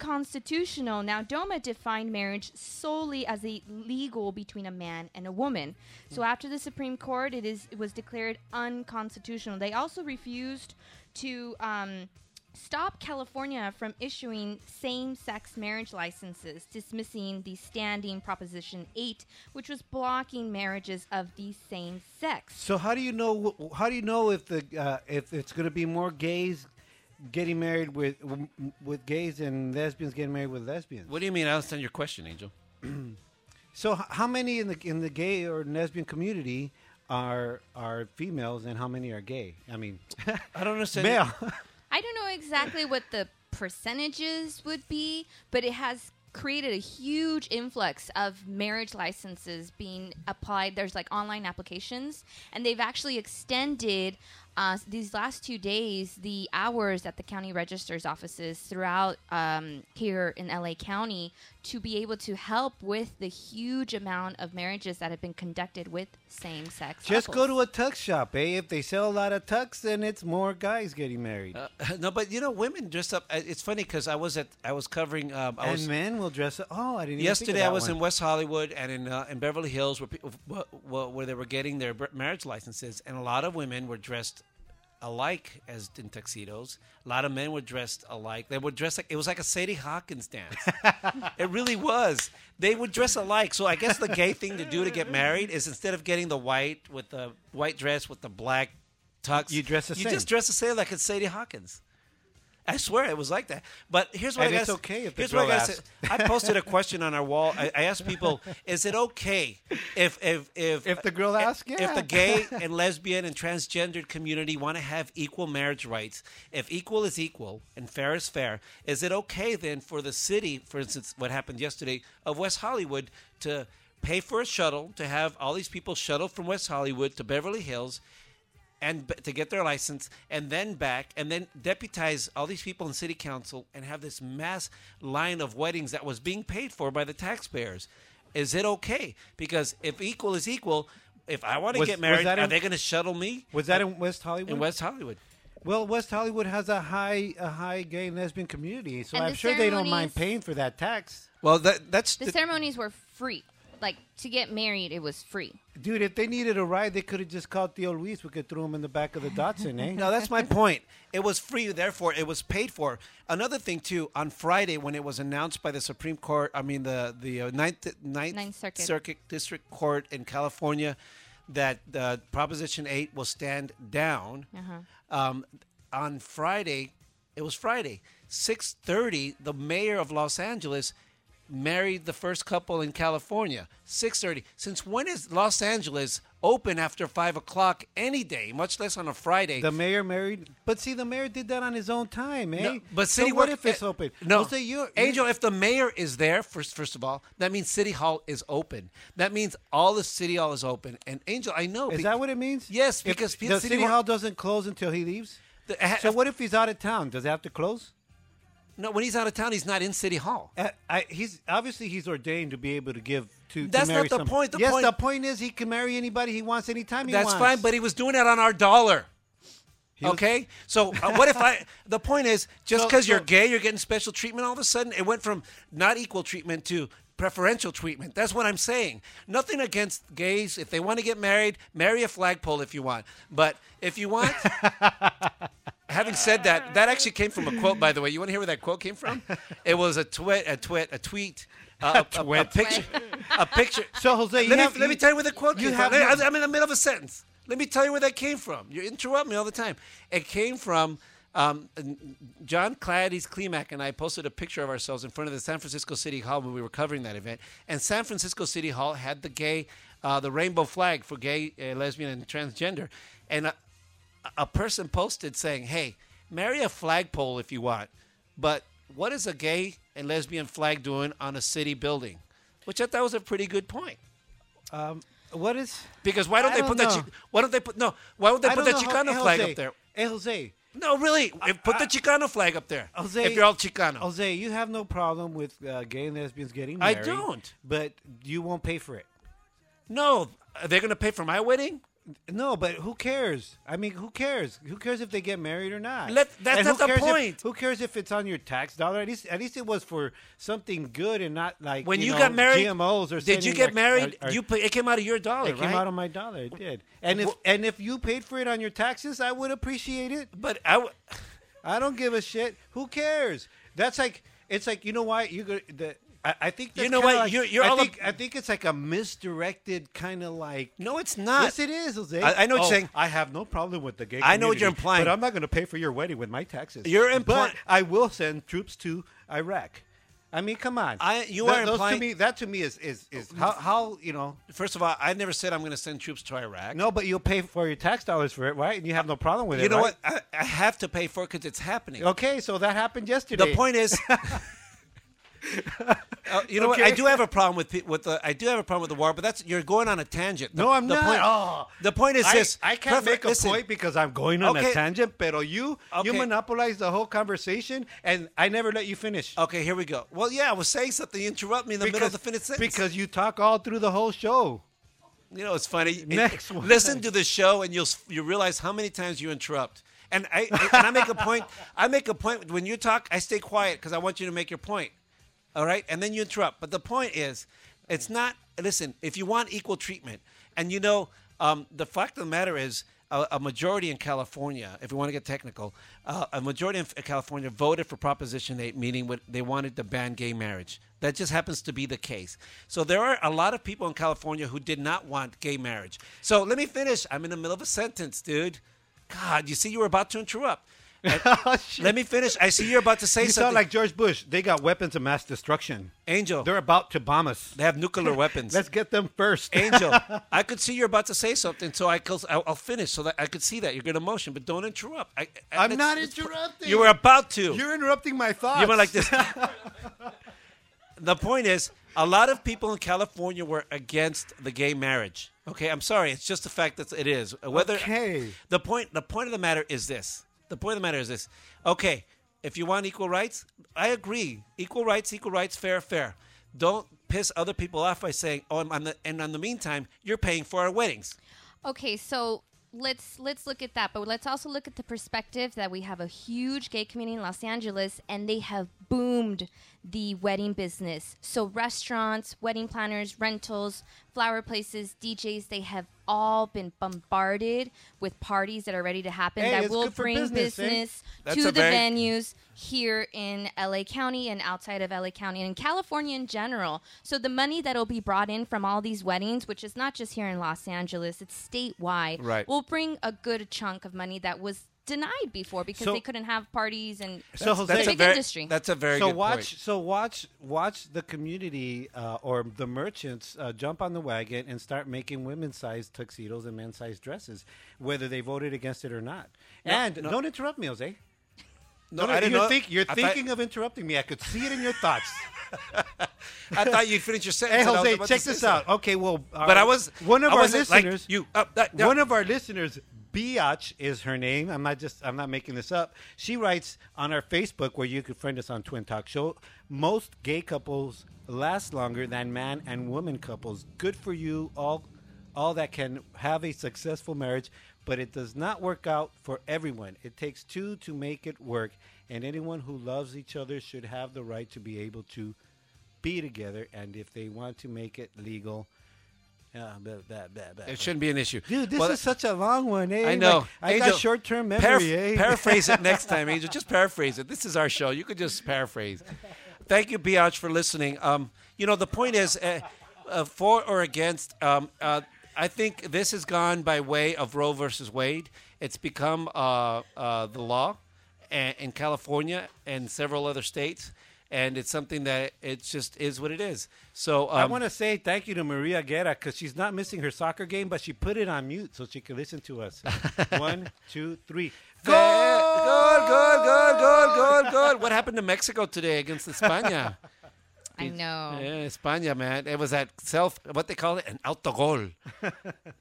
unconstitutional. Now, DOMA defined marriage solely as a legal between a man and a woman. So, after the Supreme Court, it is it was declared unconstitutional. They also refused to. Um, stop California from issuing same sex marriage licenses, dismissing the standing Proposition 8, which was blocking marriages of the same sex.
So how do you know? wh- How do you know if the uh, if it's going to be more gays getting married with with gays and lesbians getting married with lesbians?
What do you mean? I understand your question, Angel.
So h- how many in the in the gay or lesbian community are are females and how many are gay? I mean,
I don't understand.
male.
I don't know exactly what the percentages would be, but it has created a huge influx of marriage licenses being applied. There's like online applications, and they've actually extended uh, these last two days the hours at the county register's offices throughout um, here in LA County to be able to help with the huge amount of marriages that have been conducted with same sex.
Just go to a tux shop, eh? If they sell a lot of tux, then it's more guys getting married.
Uh, no, but you know, women dress up. uh, It's funny because I was at I was covering. Um, I
and
was,
men will dress up. Oh, I didn't. even
yesterday
think
I
of that
was
one.
in West Hollywood and in uh, in Beverly Hills where people where, where they were getting their br- marriage licenses, and a lot of women were dressed alike as in tuxedos. A lot of men were dressed alike. They were dressed like it was like a Sadie Hawkins dance. it really was. They would dress alike. So I guess the gay thing to do to get married is instead of getting the white with the white dress with the black tux,
You dress the
you
same.
just dress the same like it's Sadie Hawkins. I swear it was like that. But here's what
And
I
it's
gotta s-
okay if the
here's what I
girl
gotta say. I posted a question on our wall. I, I asked people, "Is it okay if if if
If the girl asks,
if
yeah.
the gay and lesbian and transgendered community want to have equal marriage rights, if equal is equal and fair is fair, is it okay then for the city, for instance, what happened yesterday of West Hollywood to pay for a shuttle to have all these people shuttled from West Hollywood to Beverly Hills?" and b- to get their license and then back and then deputize all these people in city council and have this mass line of weddings that was being paid for by the taxpayers is it okay because if equal is equal if i want to
Was-
get
was
married
that
are
in-
they going to shuttle me
Was that in West Hollywood?
in west hollywood
Well, West Hollywood has a high a high gay and lesbian community, so
And
I'm
the
sure they don't mind
ceremonies-
paying for that tax.
well that, that's
the ceremonies were free. Like to get married, it was free.
Dude, if they needed a ride, they could have just called Theo Luis. We could throw him in the back of the Datsun, eh?
No, that's my point. It was free, therefore it was paid for. Another thing too, on Friday when it was announced by the Supreme Court, I mean the the uh, ninth, ninth
Ninth Circuit.
District Court in California, that uh, Proposition Eight will stand down.
Uh-huh.
Um, on Friday, it was Friday, six thirty. The mayor of Los Angeles married the first couple in California. Six thirty. Since when is Los Angeles open after five o'clock any day, much less on a Friday?
The mayor married, but see, the mayor did that on his own time, eh?
No, but city
so what
work-
if it's
eh,
open?
No,
Jose, you
Angel. If the mayor is there, first first of all, that means city hall is open. That means all the city hall is open. And Angel, I know.
Is
be-
that what it means?
Yes,
If
because pe-
the
city
city,
work-
hall doesn't close until he leaves.
The- eh,
so what if he's out of town? Does it have to close?
No, when he's out of town, he's not in city hall.
Uh, I, he's obviously he's ordained to be able to give to. to
That's not
marry
the
some-
point. The
yes,
point-
the point is he can marry anybody he wants anytime he
That's
wants.
fine, but he was doing it on our dollar.
was-
okay, so uh, what if I? The point is, just
So-
because you're
so-
gay, you're getting special treatment. All of a sudden, it went from not equal treatment to preferential treatment. That's what I'm saying. Nothing against gays. If they want to get married, marry a flagpole if you want. But if you want, having said that, that actually came from a quote, by the way. You want to hear where that quote came from? It was a tweet, a tweet, a tweet, uh, a, a, a picture, a picture.
So, Jose,
let
you
me
have-
let me
you-
tell you where the quote
you
came
have
from.
no-
I'm in the middle of a sentence. Let me tell you where that came from. You interrupt me all the time. It came from um, John Clady's Clemac and I posted a picture of ourselves in front of the San Francisco City Hall when we were covering that event. And San Francisco City Hall had the gay, uh, the rainbow flag for gay, uh, lesbian, and transgender. And uh, a person posted saying, "Hey, marry a flagpole if you want, but what is a gay and lesbian flag doing on a city building?" Which I thought was a pretty good point.
Um, What is?
Because why don't
I
they
don't
put
know.
that? Chi- why don't they put no? Why would they
I
put
don't
the
know how-
Chicano
eh,
flag
Jose,
up there?
eh, Jose, Uh,
No, really, if- put the Chicano flag up there.
Jose,
if you're all Chicano,
Jose, you have no problem with uh, gay and lesbians getting
I
married.
don't.
But you won't pay for it.
no, are they going to pay for my wedding?
No, but who cares? I mean, who cares? Who cares if they get married or not?
Let- that's
And
not
who
the
cares if-
point.
who cares if it's on your tax dollar? At least, at least it was for something good and not like
When you,
know,
got married,
GMOs or
did you
sending
get
our-
married?
our- our-
you pay, it came out of your dollar,
It came
right?
out of my dollar. It did. And if
Wh-
and if you paid for it on your taxes, I would appreciate it.
but I. W-
I don't give a shit. Who cares? That's like it's like you know why you go the. I, I think that's
You know
kinda
what?
Like,
You're- you're
I
all
think
ab-
I think it's like a misdirected kind of like.
no, it's not.
yes, it is, Jose.
I- I know what you're
Oh,
saying.
I have no problem with the gay.
I know what you're
community,
implying.
but I'm not going to pay for your wedding with my taxes.
You're implying-
But I will send troops to Iraq. I mean, come on.
I- you
That-
are
those
implying-
to me. That to me is is, is how, how you know.
First of all, I never said I'm going to send troops to Iraq.
No, but you'll pay for your tax dollars for it, right? And you have no problem with it.
you know
right?
what? I, I have to pay for it because it's happening.
Okay, so that happened yesterday.
The point is, Uh, you know what? I
Okay.
do have a problem with pe- with the I do have a problem with the war, but that's you're going on a tangent. The-
No, I'm
the
not.
Point,
Oh.
the point is
I,
this:
I can't
perfect-
make a
listen,
point because I'm going on
Okay.
a tangent. Pero you you
Okay.
monopolize the whole conversation, and I never let you finish.
Okay, here we go. Well, yeah, I was saying something. You interrupt me in the middle of the finished sentence.
because you talk all through the whole show.
you know it's funny.
Next one.
Listen to the show, and you'll s- you realize how many times you interrupt. And I and I make a point. I make a point when you talk. I stay quiet because I want you to make your point. All right, and then you interrupt. But the point is, it's not. Listen, if you want equal treatment, and you know, um, the fact of the matter is, a, a majority in California, if we want to get technical, uh, a majority in California voted for Proposition 8, meaning what they wanted to ban gay marriage. That just happens to be the case. So there are a lot of people in California who did not want gay marriage. So let me finish. I'm in the middle of a sentence, dude. God, you see, you were about to interrupt. And- let me finish. I see you're about to say
Oh, You sound
something.
like George Bush. They got weapons of mass destruction.
Angel.
They're about to bomb us.
They have nuclear weapons.
Let's get them first.
Angel, I could see you're about to say something, so I cause, I'll, I'll finish so that I could see that you're going to motion, but don't interrupt. I, I,
I'm
let's-
not
let's-
interrupting.
You were about to.
You're interrupting my thoughts.
You went like this. the point is, a lot of people in California were against the gay marriage. Okay, I'm sorry. It's just the fact that it is. Whether
Okay.
the point the point of the matter is this. The point of the matter is this. Okay, if you want equal rights, I agree. Equal rights, equal rights, fair, fair. Don't piss other people off by saying, "Oh, I'm on the," and on the meantime, you're paying for our weddings.
Okay, so let's let's look at that, but let's also look at the perspective that we have a huge gay community in Los Angeles and they have boomed the wedding business. So restaurants, wedding planners, rentals, flower places, DJs, they have all been bombarded with parties that are ready to happen
Hey,
that
it's
will
good for
bring
business, eh?
business
That's
to
a
the
very-
venues here in LA County and outside of LA County and in California in general. So the money that'll be brought in from all these weddings, which is not just here in Los Angeles, it's statewide,
Right.
will bring a good chunk of money that was denied before because
So-
they couldn't have parties and
So Jose,
that's a
a
big
very,
industry.
That's a very
so
good
watch.
point.
So watch. Watch the community uh, or the merchants uh, jump on the wagon and start making women-sized tuxedos and men-sized dresses, whether they voted against it or not. and
no.
don't interrupt me, Jose.
No,
Don't-
I didn't
you're
know-
think- you're
I thought-
thinking of interrupting me. I could see it in your thoughts.
I thought you'd finish your
hey,
sentence. and I was
Jose,
about to
check
say
this
something.
out. Okay, well, our-
But I was
one of
I
our
wasn't like
listeners.
you up that down.
One of our listeners, Biatch is her name. I'm not just I'm not making this up. She writes on our Facebook where you can friend us on Twin Talk Show. Most gay couples last longer than man and woman couples. Good for you all all that can have a successful marriage, but it does not work out for everyone. It takes two to make it work, and anyone who loves each other should have the right to be able to be together and if they want to make it legal uh, blah, blah, blah, blah.
It shouldn't be an issue,
Dude, this
Well,
is such a long one, eh?
I know.
Like, I
Angel,
got short-term memory,
paraph-
eh?
Paraphrase it next time, Angel. Just paraphrase it. This is our show. You could just paraphrase. Thank you, Biatch, for listening. Um, you know, the point is, uh, uh, for or against. Um, uh, I think this has gone by way of Roe versus Wade. It's become uh, uh, the law a- in California and several other states, and it's something that it just is what it is. So um,
I want to say thank you to Maria Guerra because she's not missing her soccer game, but she put it on mute so she could listen to us. one, two, three.
Good, good, good, good, good, good, good. What happened to Mexico today against España?
I know.
Yeah, España, man. It was that self, what they call it, an autogol.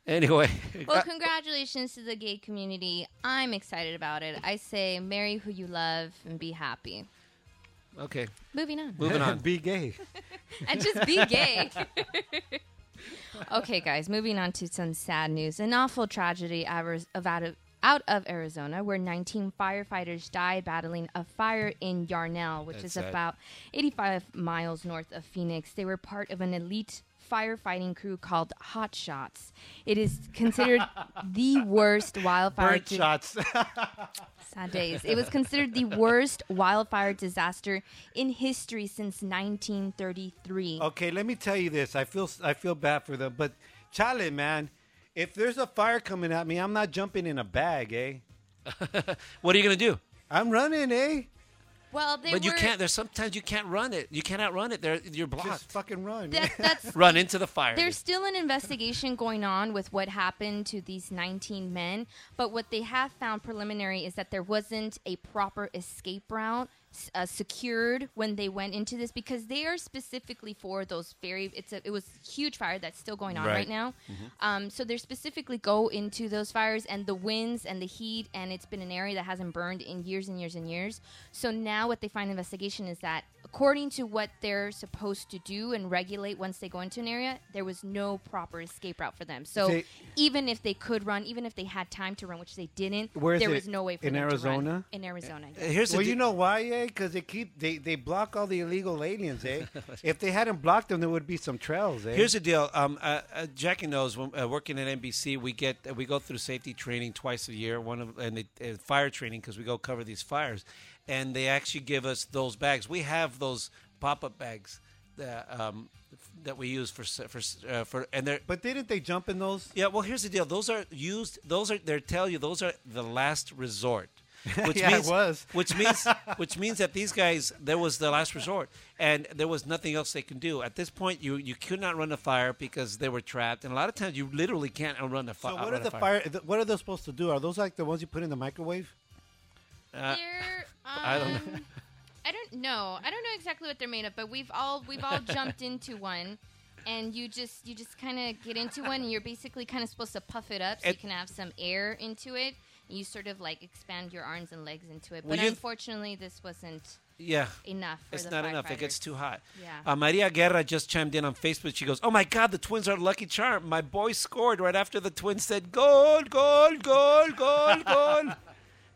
anyway.
Well, congratulations to the gay community. I'm excited about it. I say marry who you love and be happy.
Ah, okay,
Moving on.
moving on.
Be gay.
and just be gay. okay, guys, moving on to some sad news. An awful tragedy avers- of out of out of Arizona, where 19 firefighters died battling a fire in Yarnell, which
That's
is
sad.
about 85 miles north of Phoenix. They were part of an elite firefighting crew called Hot Shots. It is considered the worst wildfire.
Bird
to-
shots.
Sad days. It was considered the worst wildfire disaster in history since 1933.
okay, let me tell you this. I feel I feel bad for them, but Charlie, man, if there's a fire coming at me, I'm not jumping in a bag, eh?
What are you going to do?
I'm running, eh?
Well, they
but you
were-
can't. There's sometimes you can't run it. You cannot run it. There, you're blocked.
Just fucking run.
That, that's
run into the fire.
There's still an investigation going on with what happened to these 19 men, but what they have found preliminary is that there wasn't a proper escape route s- uh, secured when they went into this because they are specifically for those very. It's a it was huge fire that's still going on right,
Right. Mm-hmm.
now.
Mm-hmm.
Um, so they specifically go into those fires and the winds and the heat, and it's been an area that hasn't burned in years and years and years. So now what they find in investigation is that according to what they're supposed to do and regulate once they go into an area, there was no proper escape route for them. So
They-
even if they could run, even if they had time to run, which they didn't,
Where is
there
it?
was no way for
In
them to run.
Arizona?
In Arizona, yeah.
Uh, Here's the
well,
de-
you know why, eh? Because they keep they, they block all the illegal aliens, eh? if they hadn't blocked them, there would be some trails, eh?
Here's the deal. Um, uh, uh, Jackie knows. When, uh, working at NBC, we get uh, we go through safety training twice a year. One of and they, uh, fire training because we go cover these fires, and they actually give us those bags. We have those pop up bags that um, that we use for s- for s- uh, for and they're
but didn't they jump in those?
yeah, well, here's the deal. Those are used. Those are they tell you those are the last resort. Which
Yeah, it was.
Which means which means that these guys there was the last resort, and there was nothing else they can do at this point. You you could not run a fire because they were trapped, and a lot of times you literally can't run a fire.
So what are the fire? th- What are those supposed to do? Are those like the ones you put in the microwave?
They're, um,
Uh, I don't know.
I don't know. I don't know exactly what they're made of, but we've all we've all jumped into one, and you just you just kind of get into one, and you're basically kind of supposed to puff it up so you
It-
can have some air into it. And you sort of like expand your arms and legs into it,
Well,
but
you-
unfortunately, this wasn't
Yeah.
enough. For
It's
the
not enough. It
firefighters.
gets too hot.
Yeah.
Uh, Maria Guerra just chimed in on Facebook. She goes, "Oh my God, the Twins are lucky charm. My boy scored right after the Twins said goal, goal, goal, goal, goal."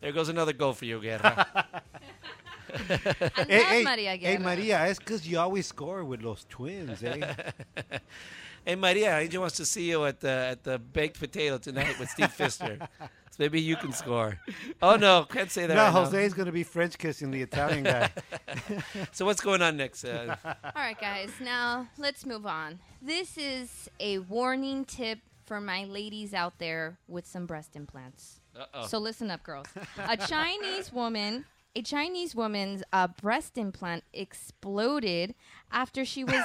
there goes another goal for you, Guerra.
I love Maria
hey,
Guerra.
Maria, it's because you always score with those twins, eh?
hey, Maria, Angel wants to see you at the at the baked potato tonight with Steve Fister. so maybe you can score. Oh no, can't say that.
no,
right now.
Jose's gonna be French kissing the Italian guy.
So what's going on next? Uh,
All right, guys, now let's move on. This is a warning tip for my ladies out there with some breast implants.
Uh-oh.
So listen up, girls. A Chinese woman. A Chinese woman's uh, breast implant exploded after she was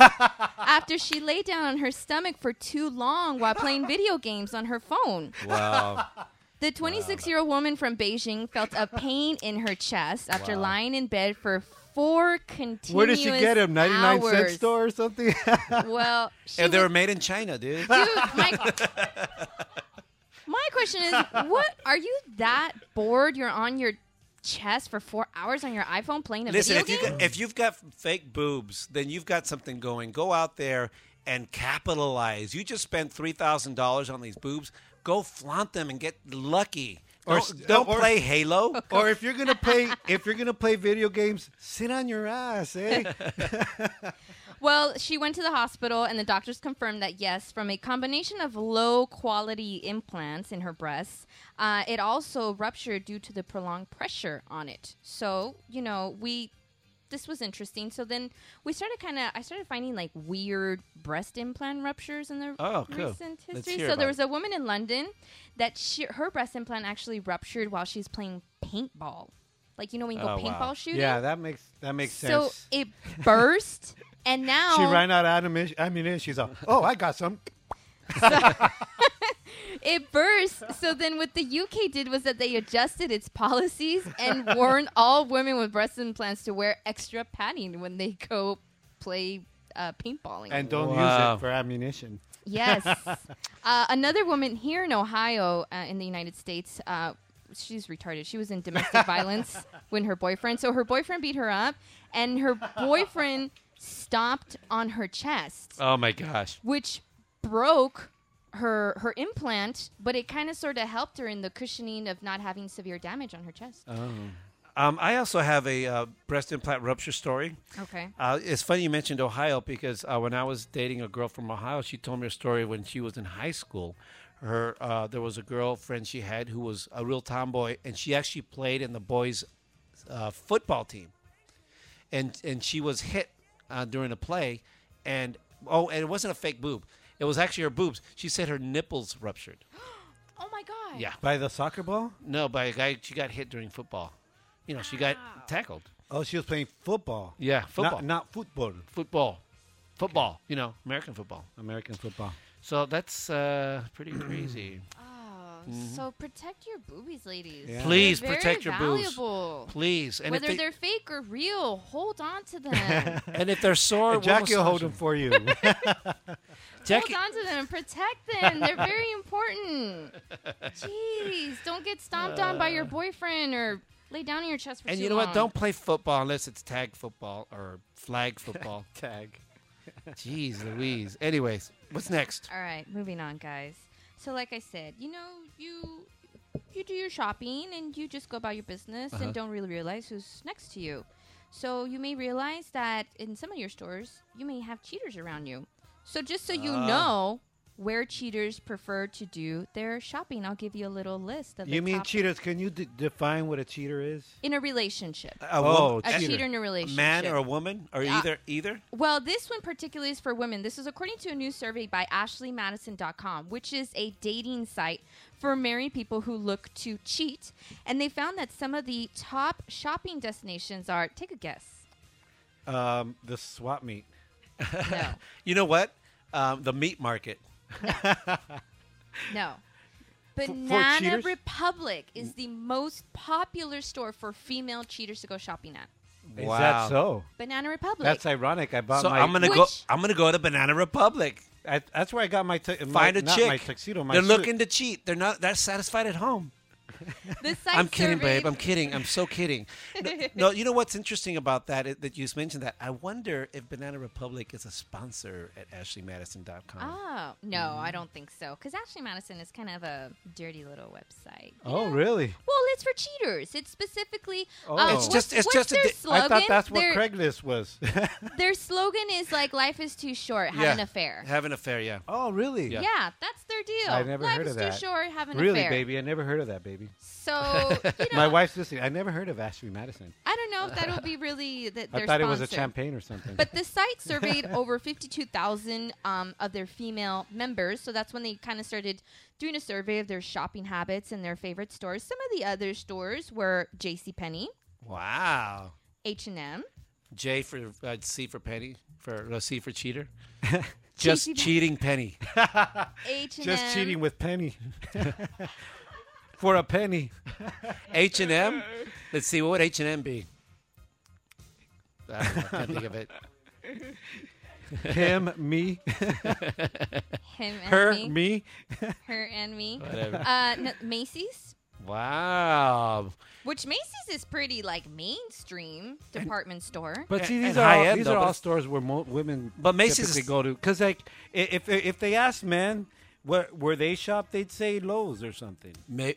after she lay down on her stomach for too long while playing video games on her phone.
wow.
The 26 year old woman from Beijing felt a pain in her chest after lying in bed for four continuous
Where did she get him? Ninety-nine
hours.
cent store or something?
Well, she
And they were
was,
made in China, dude.
dude, my, my question is, what are you that bored? You're on your chest for four hours on your iPhone playing a
Listen, if,
video
you
game.
got, if you've got fake boobs, then you've got something going. Go out there and capitalize. You just spent three thousand dollars on these boobs. Go flaunt them and get lucky.
Or
Don't,
s-
don't
or-
play Halo.
or if you're gonna play, if you're gonna play video games, sit on your ass, eh?
well, she went to the hospital, and the doctors confirmed that yes, from a combination of low quality implants in her breasts, uh, it also ruptured due to the prolonged pressure on it. So you know we. This was interesting. So then we started kind of, I started finding like weird breast implant ruptures in the
Oh, cool.
recent
Let's
history.
hear
So
about
there
it.
was a woman in London that she, her breast implant actually ruptured while she's playing paintball. Like, you know, when you go
Oh, wow.
paintball shooting?
yeah, that makes that makes
So
sense.
it burst, and now
she ran out of ammunition. ammunition. She's like, "Oh, I got some."
it burst. So then, what the UK did was that they adjusted its policies and warned all women with breast implants to wear extra padding when they go play uh, paintballing.
And don't
Wow.
use it for ammunition.
Yes. uh, another woman here in Ohio, uh, in the United States, uh, she's retarded. She was in domestic violence when her boyfriend. So her boyfriend beat her up, and her boyfriend stomped on her chest,
Oh my gosh.
which broke her her implant. But it kind of sort of helped her in the cushioning of not having severe damage on her chest.
Um, I also have a uh, breast implant rupture story.
Okay.
Uh, it's funny you mentioned Ohio because uh, when I was dating a girl from Ohio, she told me a story when she was in high school. Her uh, there was a girlfriend she had who was a real tomboy, and she actually played in the boys' uh, football team, and and she was hit uh, during a play, and oh, and it wasn't a fake boob; it was actually her boobs. She said her nipples ruptured.
Oh my god.
Yeah.
By the soccer ball?
No, by a guy she got hit during football. You know, she got tackled.
Oh, she was playing football.
Yeah,
Not-
football.
Not, football.
Football, football. You know, American football.
American football.
So that's uh, pretty crazy.
Oh, so protect your boobies, ladies. They're
Yeah.
Mm-hmm. Please
very
protect your boobs.
valuable.
Please, and
Whether
if
they,
they,
are fake or real, hold on to them.
and if they're sore, we'll
Jackie will
massage
hold them for you.
Jackie,
hold on to them and protect them. They're very important. Jeez, don't get stomped on by your boyfriend or lay down on your chest for
Uh. and
too
you know what?
long.
Don't play football unless it's tag football or flag football.
Tag.
Jeez, Louise. Anyways, what's next?
All right, moving on, guys. So, like I said, you know, you you do your shopping and you just go about your business and don't really realize who's next to you. So you may realize that in some of your stores, you may have cheaters around you. So just so you know where cheaters prefer to do their shopping, I'll give you a little list of the
You mean
top-
cheaters? Can you d- define what a cheater is?
in a relationship.
oh,
a cheater in a relationship.
Man or a woman or
Yeah.
either either?
Well, this one particularly is for women. This is according to a new survey by AshleyMadison.com, which is a dating site for married people who look to cheat. And they found that some of the top shopping destinations are take a guess.
Um, the swap meet.
No.
You know what? Um, the meat market.
no.
for
Banana
cheaters?
Republic is the most popular store for female cheaters to go shopping at.
Is that so?
Banana Republic.
That's ironic. I bought
So
my.
I'm gonna
Which-
go. I'm gonna go to Banana Republic.
I, that's where I got my. Tu- my
Find a
not
chick.
My tuxedo. My
They're
suit.
looking to cheat. They're not. They're satisfied at home.
the site
I'm kidding,
surveyed-
babe. I'm kidding. I'm so kidding. No, no, you know what's interesting about that is that you just mentioned that. I wonder if Banana Republic is a sponsor at AshleyMadison.com.
Oh, no, I don't think so. Because Ashley Madison is kind of a dirty little website.
Oh, really?
Well, it's for cheaters. It's specifically.
Oh.
uh,
It's
what's-
just- it's
what's
just a
their
di- I
slogan.
I thought that's what
their,
Craigslist was.
their slogan is like life is too short, have
Yeah.
an affair.
Have an affair, yeah.
oh, really?
yeah. that's their deal.
I never
life
heard
is
of
too
that.
short, have an
Really,
affair.
baby? I never heard of that, baby.
So you know,
My wife's listening. I never heard of Ashley Madison.
I don't know if that'll be really that.
I thought it was a
champagne.
champagne or something.
But the site surveyed over 52,000 um, of their female members. So that's when they kind of started doing a survey of their shopping habits and their favorite stores. Some of the other stores were JCPenney,
Wow.
H&M.
J for uh, C for penny for uh, C for cheater. Just cheating
Cheating-
penny.
H&M.
just cheating with penny for a penny.
H and M. Let's see. What would H and M be? I don't know. I can't think of it.
Him, me,
Him and
her,
me.
me.
Her and me.
Whatever.
Uh, no, Macy's.
Wow.
Which Macy's is pretty like mainstream department store.
But see,
And-
these
and
are all,
high-end,
these
though,
are
but
all
it's-
stores where mo- women
But Macy's
typically
is-
go to because like i- if they- if they ask men where where they shop, they'd say Lowe's or something.
May-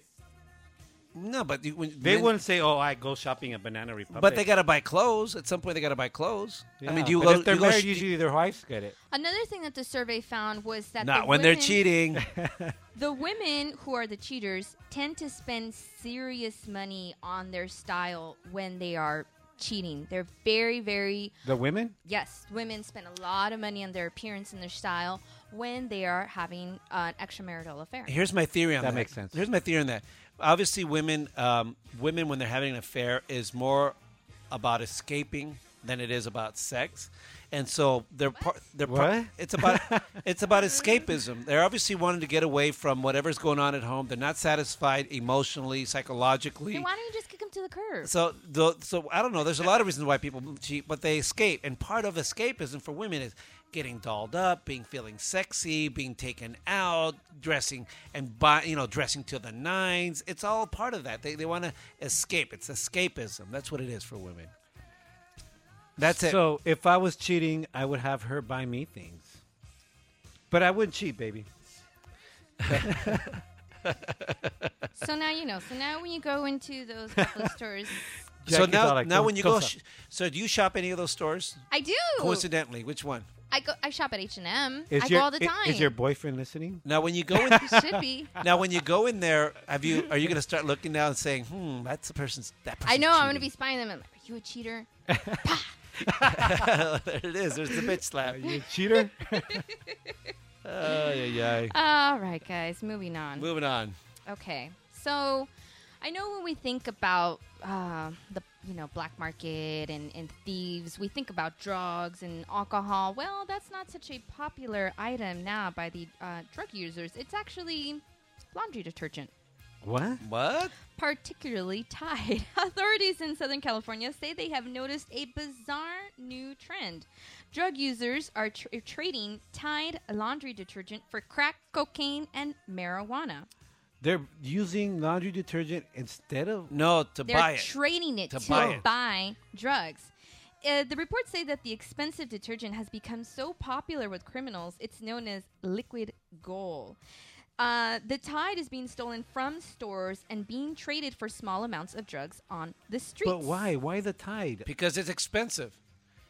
no, but you, when,
They
when-
wouldn't say, "Oh, I go shopping at Banana Republic."
But they gotta buy clothes. At some point, they gotta buy clothes. I mean,
Yeah,
do you
but
go?
If they're
you go
married,
sh-
usually their wives get it.
Another thing that the survey found was that
not
the
when they're
women-
cheating.
The women who are the cheaters tend to spend serious money on their style when they are cheating. They're very, very,
The women.
yes, women spend a lot of money on their appearance and their style when they are having an extramarital affair.
Here's my theory on that.
That makes sense.
Here's my theory on that. Obviously, women, um, women when they're having an affair is more about escaping than it is about sex, and so they're part. They're part.
What?
It's about it's about escapism. They're obviously wanting to get away from whatever's going on at home. They're not satisfied emotionally, psychologically.
Hey, why don't you just kick them to the curb?
So, the, so I don't know. There's a lot of reasons why people cheat, but they escape. And part of escapism for women is getting dolled up, being feeling sexy, being taken out, dressing and buy, you know, dressing to the nines. It's all part of that. They they want to escape. It's escapism. That's what it is for women. That's it.
So if I was cheating, I would have her buy me things. But I wouldn't cheat, baby.
so now you know. So now when you go into those couple of stores,
so
Jackie's
now
all like,
now
"Come-
when you
come
go,
shop."
sh- so do you shop any of those stores?
I do.
Coincidentally, which one?
I go. I shop at H and M.
Is
I
your-
go all the
i-
time.
Is your boyfriend listening?
Now when you go in.
You should be.
Now, when you go in there, have you? Are you going to start looking now and saying, "Hmm, that's the person's." That person's
I know. I'm
cheating.
going to be spying them. I'm like, are you a cheater?
there it is. There's the bitch slap.
You a cheater?
Oh, yeah, yeah.
All right, guys. Moving on.
Moving on.
Okay. So I know when we think about uh, the you know black market and, and thieves, we think about drugs and alcohol. Well, that's not such a popular item now by the uh, drug users. It's actually laundry detergent
What?
What?
particularly tied. Authorities in Southern California say they have noticed a bizarre new trend. Drug users are tr- trading Tide laundry detergent for crack, cocaine, and marijuana.
They're using laundry detergent instead of
No, to
They're
buy it.
trading it
To
to,
buy
buy,
it.
drugs. Uh, the reports say that the expensive detergent has become so popular with criminals, it's known as liquid gold. Uh, the Tide is being stolen from stores and being traded for small amounts of drugs on the streets.
But why? Why the Tide?
because it's expensive.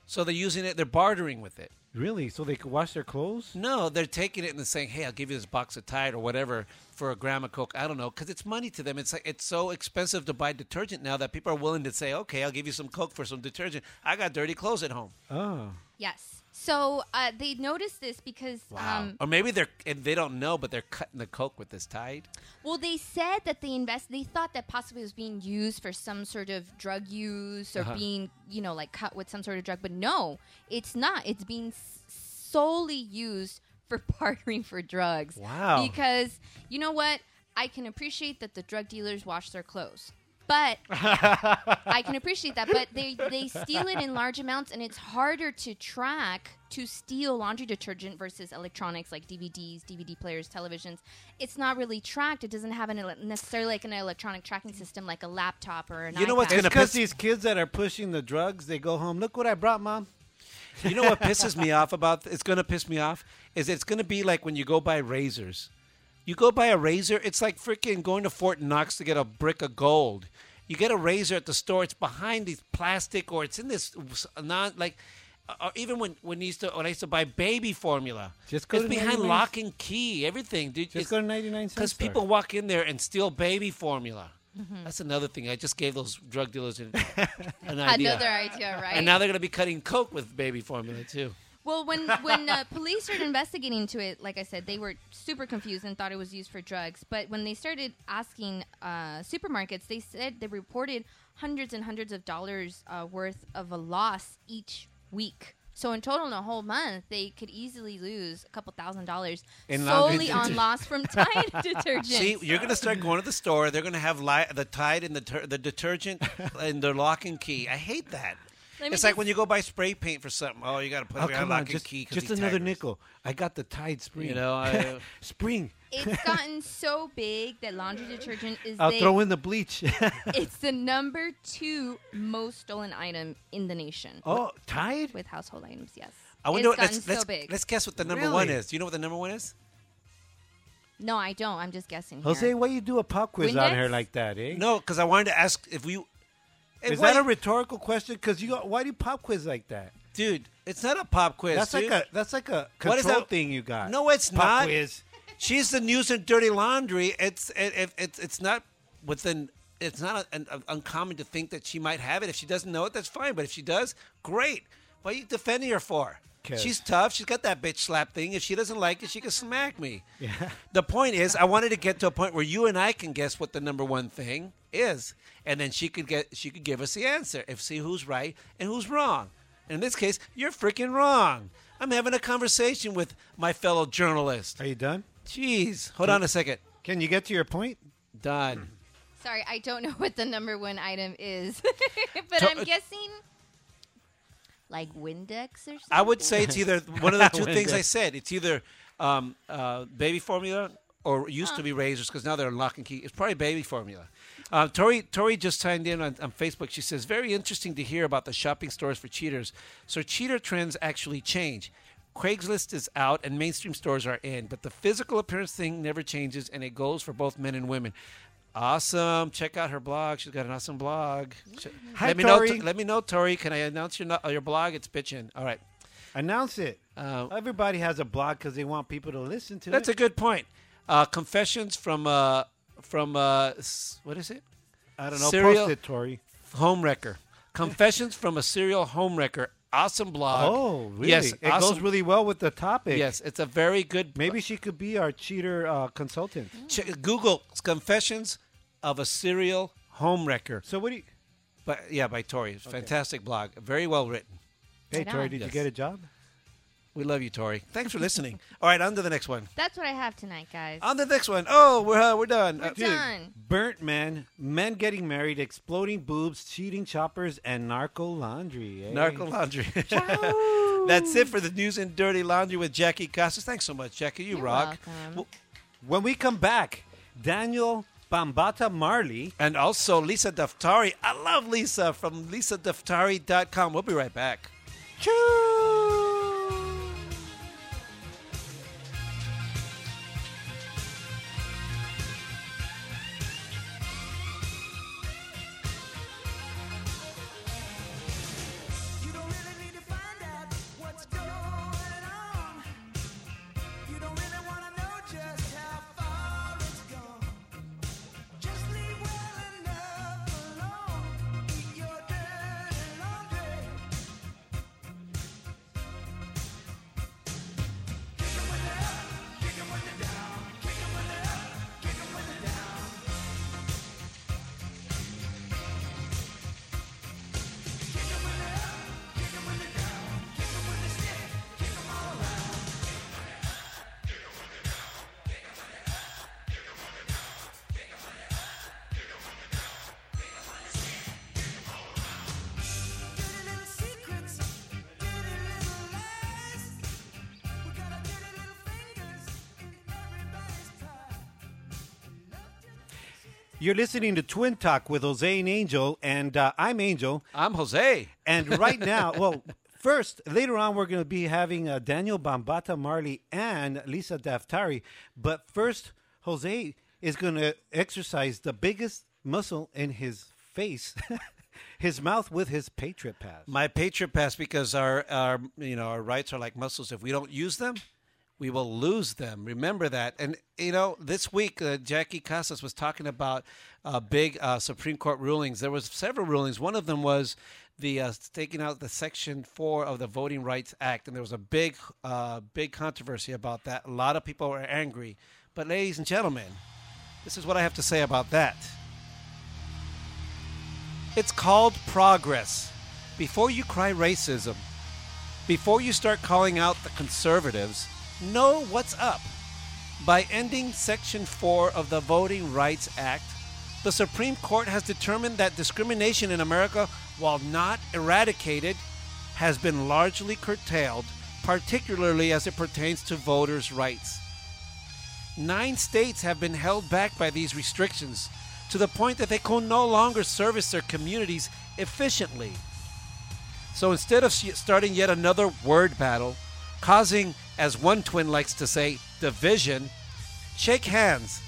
So they're using it, they're bartering with it.
Really? So they could wash their clothes?
No, they're taking it and saying, "Hey, I'll give you this box of Tide or whatever for a gram of Coke." I don't know, because it's money to them. It's like it's so expensive to buy detergent now that people are willing to say, "Okay, I'll give you some Coke for some detergent." I got dirty clothes at home,
Oh.
Yes. So uh, they noticed this because, um,
or maybe they're and they don't know, but they're cutting the Coke with this Tide.
well, they said that they invest. They thought that possibly it was being used for some sort of drug use or being, you know, like cut with some sort of drug. But no, it's not. It's being s- solely used for partnering for drugs.
Wow.
Because you know what? I can appreciate that the drug dealers wash their clothes, but I can appreciate that, but they, they steal it in large amounts, and it's harder to track to steal laundry detergent versus electronics like DVDs, DVD players, televisions. It's not really tracked. It doesn't have an ele- necessarily like an electronic tracking system like a laptop or an
You know what's
iPad.
gonna
Because
piss-
these kids that are pushing the drugs, they go home. Look what I brought, mom.
You know what pisses me off about it's gonna piss me off is it's gonna be like when you go buy razors. You go buy a razor, it's like freaking going to Fort Knox to get a brick of gold. You get a razor at the store, it's behind these plastic or it's in this non like or even when when you used to when I used to buy baby formula.
Just go
it's
to
behind
99
lock and key, everything, dude.
Just go to 99 cent
Because
store.
people walk in there and steal baby formula.
Mm-hmm.
That's another thing. I just gave those drug dealers an, an idea.
Another idea, right?
And now they're going to be cutting coke with baby formula too.
Well, when when uh, police started investigating into it, like I said, they were super confused and thought it was used for drugs. But when they started asking uh, supermarkets, they said they reported hundreds and hundreds of dollars uh, worth of a loss each week. So in total, in a whole month, they could easily lose a couple thousand dollars
In laundry
solely on
detergent.
loss from Tide detergent.
See, you're going to start going to the store. They're going to have li- the Tide and the, ter- the detergent and their lock and key. I hate that.
Let me
It's like
just-
when you go buy spray paint for something. Oh, you got to put
Oh,
it behind
come
lock
on.
and
Just,
key. 'cause
just
these
another
tigers.
nickel. I got the Tide Spring.
You know, I-
Spring.
it's gotten so big that laundry detergent is
I'll
the-
throw in the bleach.
it's the number two most stolen item in the nation.
oh, Tide?
with household items. Yes,
I wonder
it's
what, let's,
gotten
let's,
so big.
let's guess what the number one
Really?
is. Do you know what the number one is?
no, I don't. I'm just guessing.
Jose,
here.
why you do a pop quiz on
Windex?
her like that, eh?
No, because I wanted to ask if we. Hey,
Is
why-
that a rhetorical question? Because you got, why do you pop quiz like that?
dude? It's not a pop quiz.
That's like
dude.
a that's like a
What
control
is that-
thing you got.
No, it's
pop
not.
Quiz.
She's the news and dirty laundry. It's it, it, it's it's not within. It's not un un- uncommon to think that she might have it. If she doesn't know it, that's fine. But if she does, great. What are you defending her for?
'Cause-
She's tough. She's got that bitch slap thing. If she doesn't like it, she can smack me. Yeah. The point is, I wanted to get to a point where you and I can guess what the number one thing is, and then she could get she could give us the answer if see who's right and who's wrong. And in this case, you're freaking wrong. I'm having a conversation with my fellow journalist.
Are you done?
Jeez, hold on a second.
Can you get to your point?
Done.
sorry, I don't know what the number one item is, but
To- uh,
I'm guessing like Windex or something.
I would say it's either one of the two things I said. It's either um, uh, baby formula or it used to be razors because now they're in lock and key. It's probably baby formula. Uh, Tori, Tori just signed in on, on Facebook. She says, "Very interesting to hear about the shopping stores for cheaters. So cheater trends actually change. Craigslist is out and mainstream stores are in, but the physical appearance thing never changes, and it goes for both men and women." Awesome! Check out her blog. She's got an awesome blog. Ch-
Hi,
let me know.
Tori.
Let me know, Tori. Can I announce your no- uh, your blog? It's bitchin'. All right.
Announce it.
Uh,
Everybody has a blog because they want people to listen to
That's a
it.
good point. Uh, confessions from uh, from uh, s- what is it?
I I don't know.
Serial-
Post it, Tori.
Homewrecker. Confessions from a serial homewrecker. Awesome blog.
Oh, really?
Yes,
it
awesome-
goes really well with the topic.
Yes, it's a very good.
Maybe she could be our cheater uh, consultant.
Ch- Google Mm. confessions of a serial homewrecker.
So what do you?
But yeah, by Tori. It's a Fantastic blog. Very well written.
Hey,
Right
Tori,
on.
did you
Yes.
get a job?
We love you, Tori. Thanks for listening. All right, on to the next one.
That's what I have tonight, guys.
On to the next one. Oh, we're uh, we're done. Uh,
We're done.
Burnt men, men getting married, exploding boobs, cheating choppers, and narco laundry. eh?
Narco Laundry. That's it for the news and dirty laundry with Jackie Casas. Thanks so much, Jackie. You
You're
rock.
welcome.
Well,
When we come back, Daniel Bambata Marley.
And also Lisa Daftari. I love Lisa from lisadaftari.com. We'll be right back.
You don't really need to find out what's going on. You don't really want to know just how far it's gone. Just leave well enough alone. Eat your dirty laundry. Kick 'em when they're up, kick 'em when they're down, kick 'em when they're up, kick 'em when they're down. Kick 'em when they're up, kick 'em when they're down, kick 'em when they're stiff, kick 'em all around. Dirty little secrets, dirty little lies. We got our dirty little fingers in everybody's pie. Love to
You're listening to Twin Talk with Jose and Angel, and uh, I'm Angel.
I'm Jose.
And right now, well, first, later on, we're going to be having uh, Daniel Bambata Marley and Lisa Daftari. But first, Jose is going to exercise the biggest muscle in his face, his mouth with his Patriot Pass.
My Patriot Pass, because our, our you know our rights are like muscles. If we don't use them, we will lose them. Remember that. And you know, this week uh, Jackie Casas was talking about uh, big uh, Supreme Court rulings. There was several rulings. One of them was the uh, taking out the Section Four of the Voting Rights Act, and there was a big, uh, big controversy about that. A lot of people were angry. But ladies and gentlemen, this is what I have to say about that. It's called progress. Before you cry racism, before you start calling out the conservatives, know what's up. By ending Section 4 of the Voting Rights Act, the Supreme Court has determined that discrimination in America, while not eradicated, has been largely curtailed, particularly as it pertains to voters' rights. Nine states have been held back by these restrictions to the point that they can no longer service their communities efficiently. So instead of s- starting yet another word battle, causing, as one twin likes to say, division, shake hands,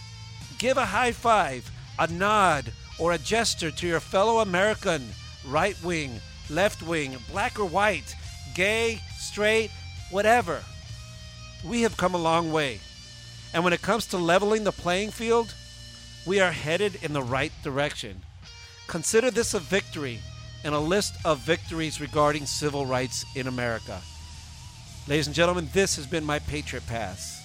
give a high five, a nod, or a gesture to your fellow American, right wing, left wing, black or white, gay, straight, whatever. We have come a long way. And when it comes to leveling the playing field, we are headed in the right direction. Consider this a victory and a list of victories regarding civil rights in America. Ladies and gentlemen, this has been my Patriot Pass.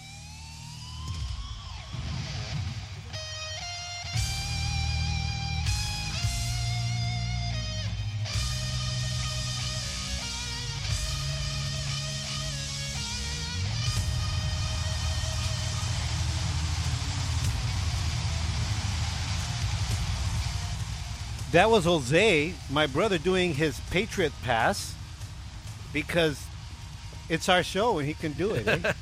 That was Jose, my brother, doing his Patriot Pass because it's our show and he can do it. eh?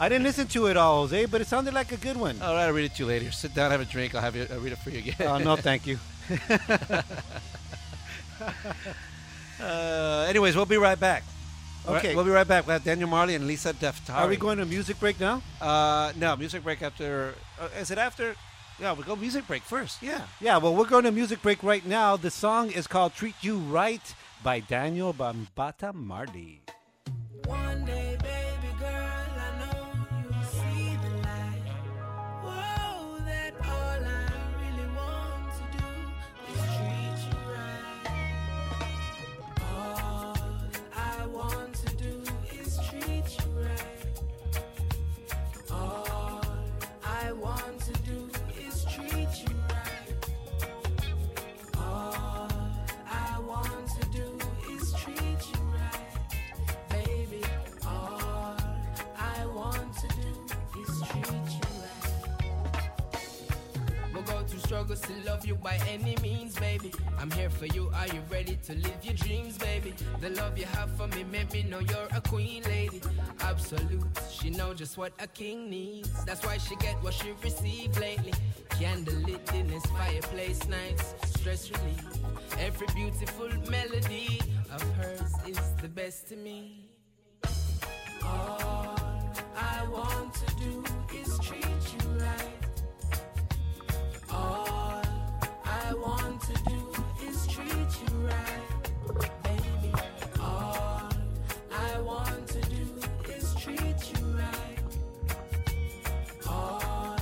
I didn't listen to it all, Jose, but it sounded like a good one.
All right, I'll read it to you later. Sit down, have a drink. I'll have you, I'll read it for you again.
Oh, no, thank you.
Uh, anyways, we'll be right back. All right,
Okay.
we'll be right back. We'll have Daniel Marley and Lisa Deftari.
Are we going to music break now?
Uh, no, music break after. Uh, is it after? Yeah, we'll go music break first. Yeah.
Yeah, well, we're going to music break right now. The song is called Treat You Right by Daniel Bambata Marley.
One day, baby girl, I know you'll see the light. Whoa, that all I really want to do is treat you right. All I want to do is treat you right. All I want to do is treat you struggles to love you by any means, baby. I'm here for you. Are you ready to live your dreams, baby? The love you have for me make me know you're a queen, lady. Absolute. She know just what a king needs. That's why she get what she received lately. Candlelit in his fireplace nights, stress relief. Every beautiful melody of hers is the best to me. All I want to do is treat you right. All I want to do is treat you right, baby. All I want to do is treat you right. All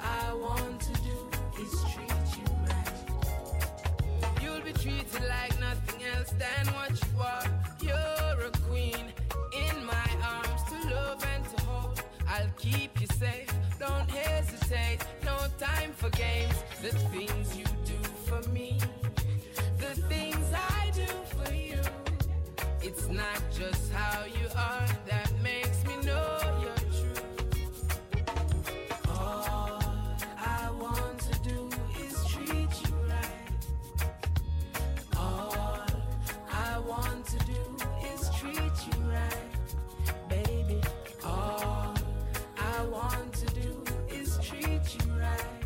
I want to do is treat you right. You'll be treated like nothing else than what you are. You're a queen in my arms to love and to hold. I'll keep you safe. Don't hesitate. No time for games. The things you do for me, the things I do for you. It's not just how you are that makes me know you're true. All I want to do is treat you right. All I want to do is treat you right, baby. All I want to do is treat you right.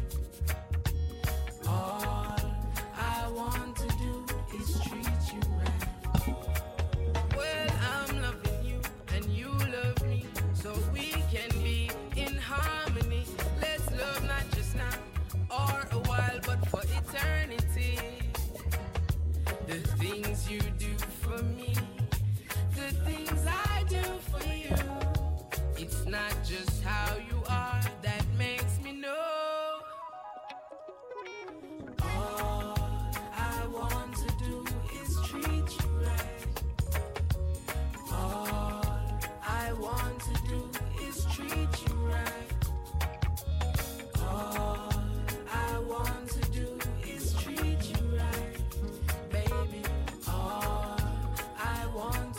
All I want to do is treat you right. Well, I'm loving you and you love me, so we can be in harmony. Let's love not just now or a while, but for eternity the things you do for me, the things I do for you. It's not just how you are that makes me know. All I want to do is treat you right. All I want to do is treat you right. All I want to do is treat you right baby. All I want.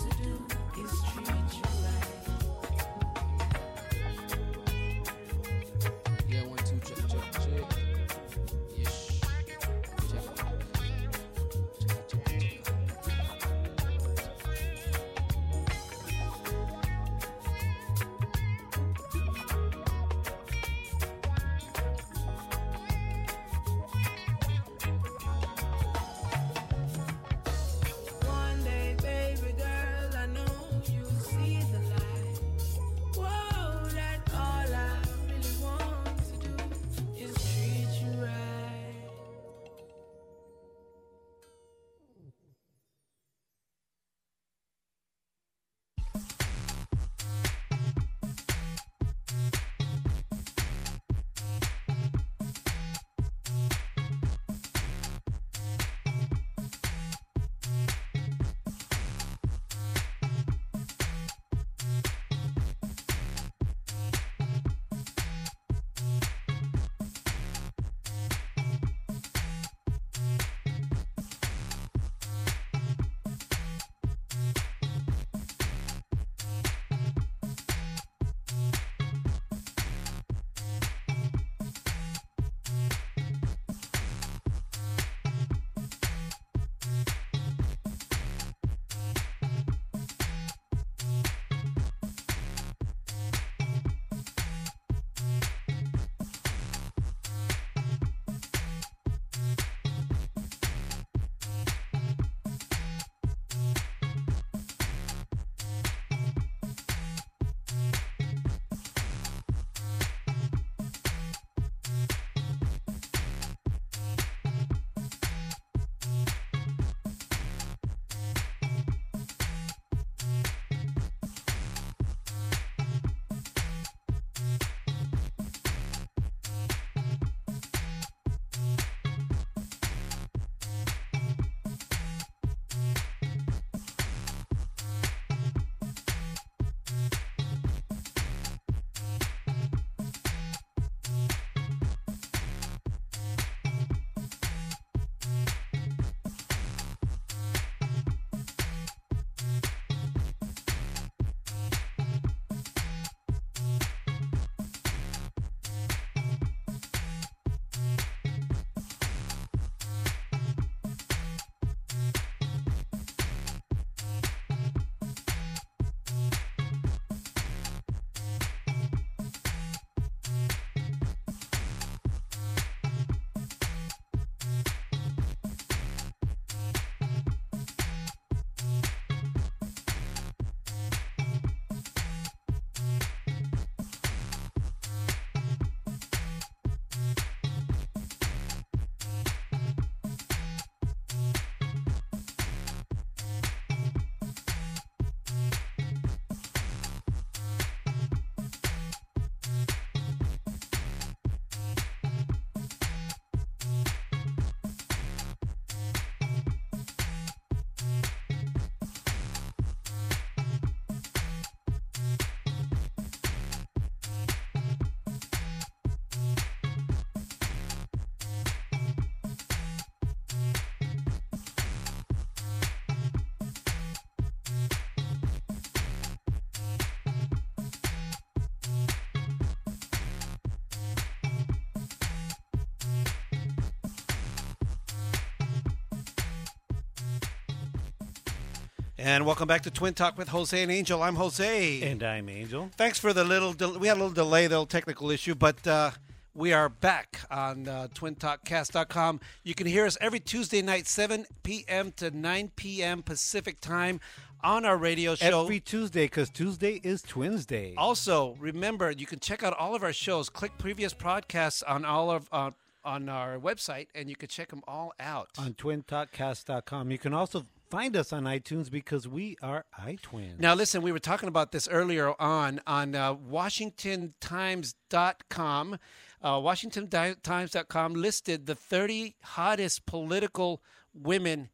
And welcome back to Twin Talk with Jose and Angel. I'm Jose.
And uh, I'm Angel.
thanks for the little. Del- we had a little delay, little technical issue, but uh, we are back on uh, twintalkcast.com. You can hear us every Tuesday night, 7 p.m. to 9 p.m. Pacific time on our radio show.
Every Tuesday, because Tuesday is Twins
Oh,
Day.
also, remember you can check out all of our shows. Click previous podcasts on all of uh, on our website, and you can check them all out.
on twintalkcast.com. You can also find us on iTunes because we are iTwins.
Now, listen, we were talking about this earlier on on uh, WashingtonTimes.com. Uh, WashingtonTimes.com listed the 30 hottest political women,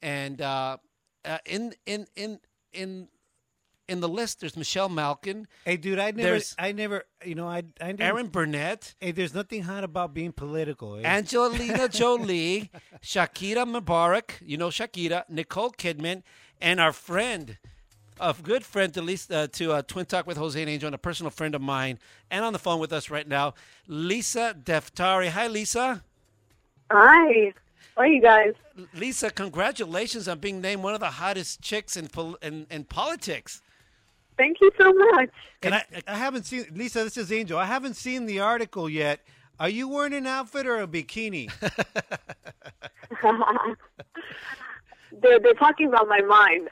and uh, uh, in in in in in the list, there's Michelle Malkin,
hey, dude, I never,
There's-
I never, you know, I, I never.
Aaron Burnett,
Hey, there's nothing hot about being political. eh?
Angelina Jolie, Shakira Mubarak, you know Shakira, Nicole Kidman, and our friend, a good friend at least uh, to uh, Twin Talk with Jose and Angel, and a personal friend of mine, and on the phone with us right now, Lisa Deftari. Hi, Lisa.
Hi. How are you guys?
Lisa, congratulations on being named one of the hottest chicks in pol- in, in politics.
Thank you so much.
And I, I haven't seen Lisa. This is Angel. I haven't seen the article yet. Are you wearing an outfit or a bikini?
They're, they're talking about my mind.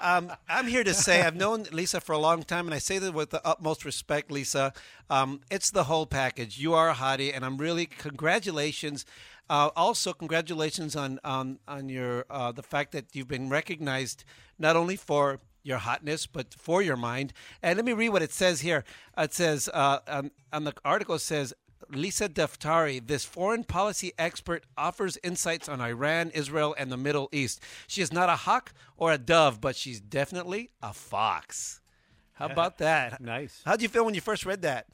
Um, I'm here to say I've known Lisa for a long time, and I say that with the utmost respect, Lisa. Um, it's the whole package. You are a hottie, and I'm really congratulations. Uh, also, congratulations on on on your uh, the fact that you've been recognized not only for your hotness but for your mind. And let me read what it says here. It says uh, on, on the article it says Lisa Deftari, this foreign policy expert, offers insights on Iran, Israel, and the Middle East. She is not a hawk or a dove, but she's definitely a fox. How about that?
Nice.
How'd you feel when you first read that?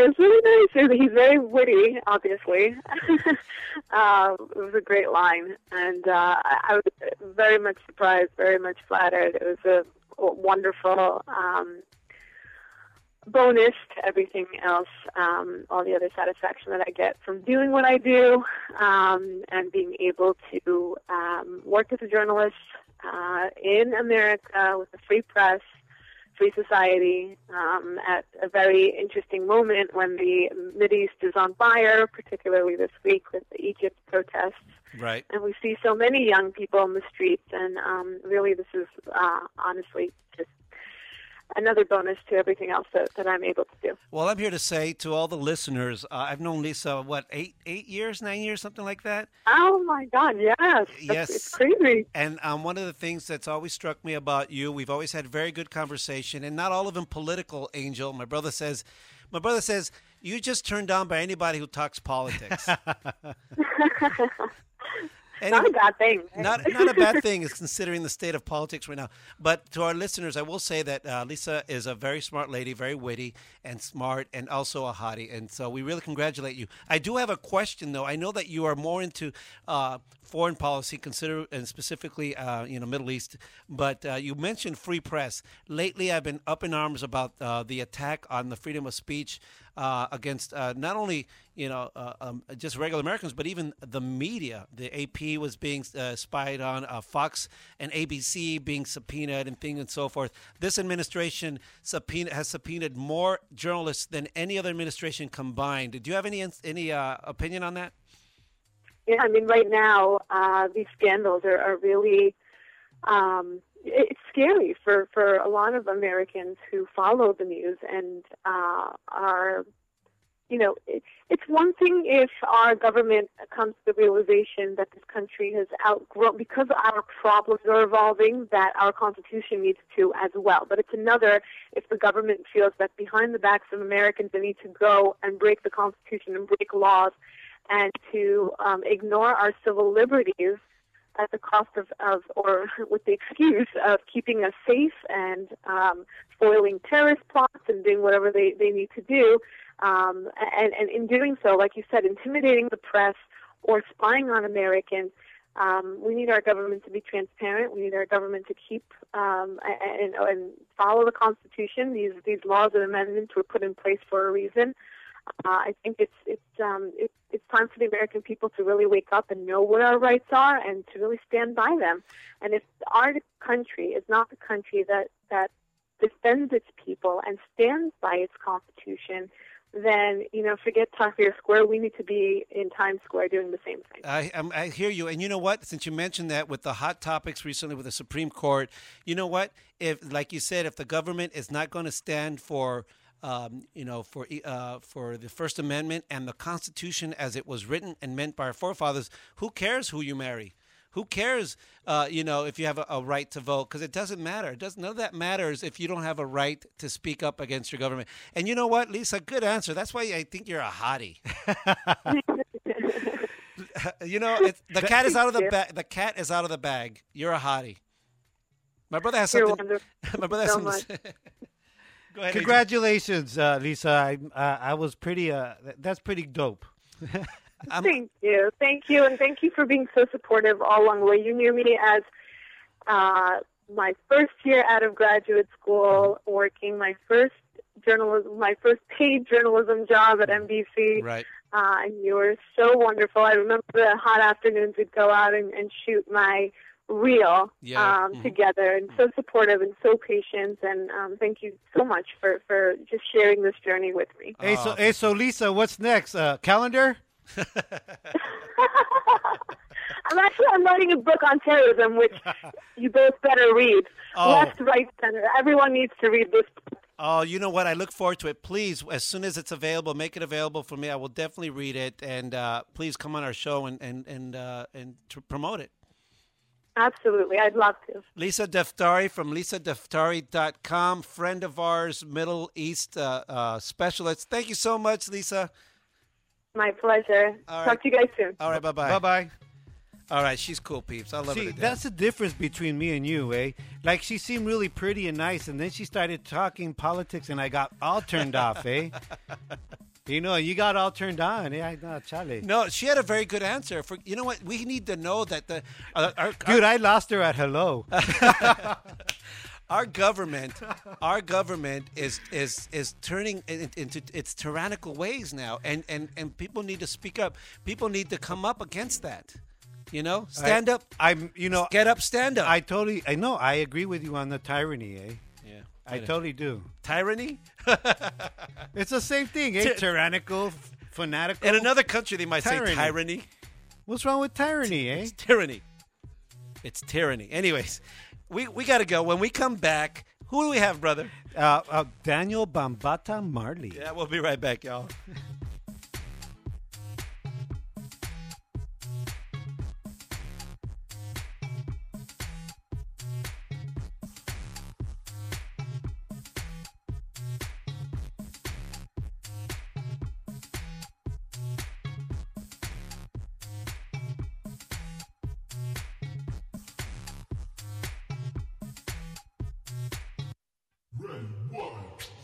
It's really nice. He's very witty, obviously. uh, it was a great line. And uh, I I was very much surprised, very much flattered. It was a wonderful um, bonus to everything else, um, all the other satisfaction that I get from doing what I do um, and being able to um, work as a journalist uh, in America with a free press, free society um, at a very interesting moment when the Mideast is on fire, particularly this week with the Egypt protests
Right.
and we see so many young people on the streets and um, really this is uh, honestly just another bonus to everything else that, that i'm able to do
Well, I'm here to say to all the listeners, uh, I've known Lisa what eight eight years, nine years, something like that.
oh my god yes That's-
Yes.
it's crazy
And um, one of the things that's always struck me about you, we've always had very good conversation, and not all of them political. Angel, my brother says, my brother says you just turned down by anybody who talks politics. Any-
not a bad thing
not, not a bad thing is considering the state of politics right now. But to our listeners, I will say that uh, Lisa is a very smart lady, very witty and smart, and also a hottie. And so we really congratulate you. I do have a question though. I know that you are more into uh, foreign policy, consider and specifically uh, you know Middle East. But uh, you mentioned free press. Lately, I've been up in arms about uh, the attack on the freedom of speech uh, against uh, not only you know uh, um, just regular Americans, but even the media. The AP was being uh, spied on, uh, Fox and ABC being subpoenaed, and things and so forth. This administration subpoena has subpoenaed more journalists than any other administration combined. Do you have any ins- any uh, opinion on that?
Yeah, I mean, right now uh, these scandals are, are really um, it- it's scary for for a lot of Americans who follow the news and uh, are. You know, it, it's one thing if our government comes to the realization that this country has outgrown because our problems are evolving that our constitution needs to as well. But it's another if the government feels that behind the backs of Americans they need to go and break the constitution and break laws and to um, ignore our civil liberties at the cost of, of or with the excuse of keeping us safe and um, foiling terrorist plots and doing whatever they, they need to do. Um, and, and in doing so, like you said, intimidating the press or spying on Americans. Um, we need our government to be transparent. We need our government to keep um, a- a- and, and follow the Constitution. These these laws and amendments were put in place for a reason Uh, I think it's it's um, it's it's time for the American people to really wake up and know what our rights are and to really stand by them. And if our country is not the country that that defends its people and stands by its constitution, then you know forget Tahrir Square. We need to be in Times Square doing the same thing.
I, I'm- I hear you, and you know what? Since you mentioned that with the hot topics recently with the Supreme Court, you know what? If, like you said, if the government is not going to stand for, um, you know, for uh, for the First Amendment and the Constitution as it was written and meant by our forefathers, who cares who you marry? Who cares, uh, you know, if you have a, a right to vote? Because it doesn't matter. It doesn't, none of that matters if you don't have a right to speak up against your government. And you know what, Lisa? Good answer. That's why I think you're a hottie. Uh, you know, it's, the cat is out of the
Yeah.
bag. The cat is out of the bag. You're a hottie. My brother has
You're
something.
wonderful
My brother has
so
something. to say. Go ahead. Adrian.
Congratulations, uh, Lisa. I uh, I was pretty. Uh, th- that's pretty dope.
thank you, thank you, and thank you for being so supportive all along the way. You knew me as uh, my first year out of graduate school, working my first journalism, my first paid journalism job at NBC.
Right.
Uh, and you were so wonderful. I remember the hot afternoons we'd go out and, and shoot my reel
Yeah. Mm-hmm.
um,
Mm-hmm.
together, and so supportive and so patient. And um, thank you so much for for just sharing this journey with me.
Oh,
Hey, so hey, so Lisa, what's next? Uh, calendar?
I'm actually I'm writing a book on terrorism, which you both better read.
Oh.
Left, right, center. Everyone needs to read this.
Oh, you know what? I look forward to it. Please, as soon as it's available, make it available for me. I will definitely read it, and uh, please come on our show and and and uh, and to promote it.
Absolutely, I'd love to.
Lisa Deftari from lisadeftari.com, friend of ours, Middle East uh, uh, specialist. Thank you so much, Lisa.
My pleasure.
All right.
Talk to you guys soon.
All right, bye bye.
Bye bye.
All right, she's cool, peeps. I love her.
See,
to death.
that's the difference between me and you, eh? Like she seemed really pretty and nice, and then she started talking politics, and I got all turned off, eh? You know, you got all turned on, eh? I know, chale.
No, she had a very good answer. For you know what, we need to know that the uh, our,
Dude, I lost her at hello.
our government, our government is is is turning in- into its tyrannical ways now, and and and people need to speak up. People need to come up against that. You know, stand up,
I'm, you know,
get up, stand up.
I totally, I know, I agree with you on the tyranny, eh?
yeah,
I totally do.
tyranny.
It's the same thing, eh? Tyrannical, f- fanatical.
In another country, they might say
Tyranny.
tyranny.
What's wrong with tyranny, eh?
It's tyranny. It's tyranny. Anyways, we we gotta go. When we come back, who do we have, brother?
Uh, uh, Daniel Bambata Marley.
Yeah, we'll be right back, y'all.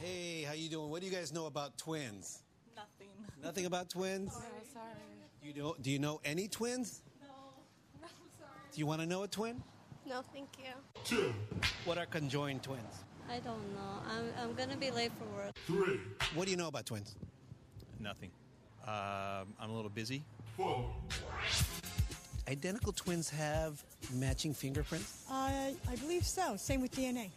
Hey, how you doing? What do you guys know about twins?
Nothing.
Nothing about twins? You know, do you know any twins? Do you want to know a twin?
No, thank you.
What are conjoined twins?
I don't know. I'm, I'm gonna be late for work.
What do you know about twins?
Nothing. Um, I'm a little busy.
Identical twins have matching fingerprints.
I, Uh, I believe so. Same with DNA.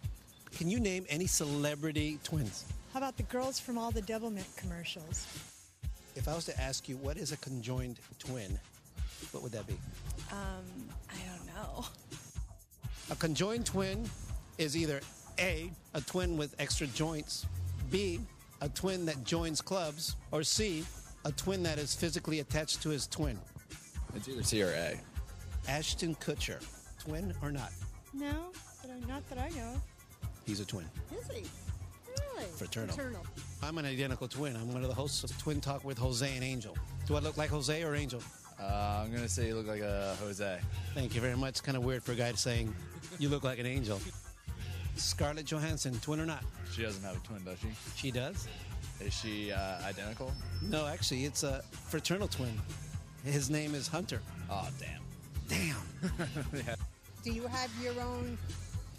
Can you name any celebrity twins?
How about the girls from all the Double Mint commercials?
If I was to ask you what is a conjoined twin, what would that be?
Um, I don't know.
A conjoined twin is either A, a twin with extra joints, B, a twin that joins clubs, or C, a twin that is physically attached to his twin.
It's either C or A.
Ashton Kutcher, twin or not?
No, but I- not that I know. of.
He's a twin.
Is he? Really?
Fraternal. I'm an identical twin. I'm one of the hosts of Twin Talk with Jose and Angel. Do I look like Jose or Angel?
Uh, I'm gonna say you look like a Jose.
Thank you very much. It's kind of weird for a guy to saying you look like an angel. Scarlett Johansson, twin or not?
She doesn't have a twin, does she?
She does.
Is she uh, identical?
No, actually, it's a fraternal twin. His name is Hunter.
Oh damn.
Damn.
Do you have your own?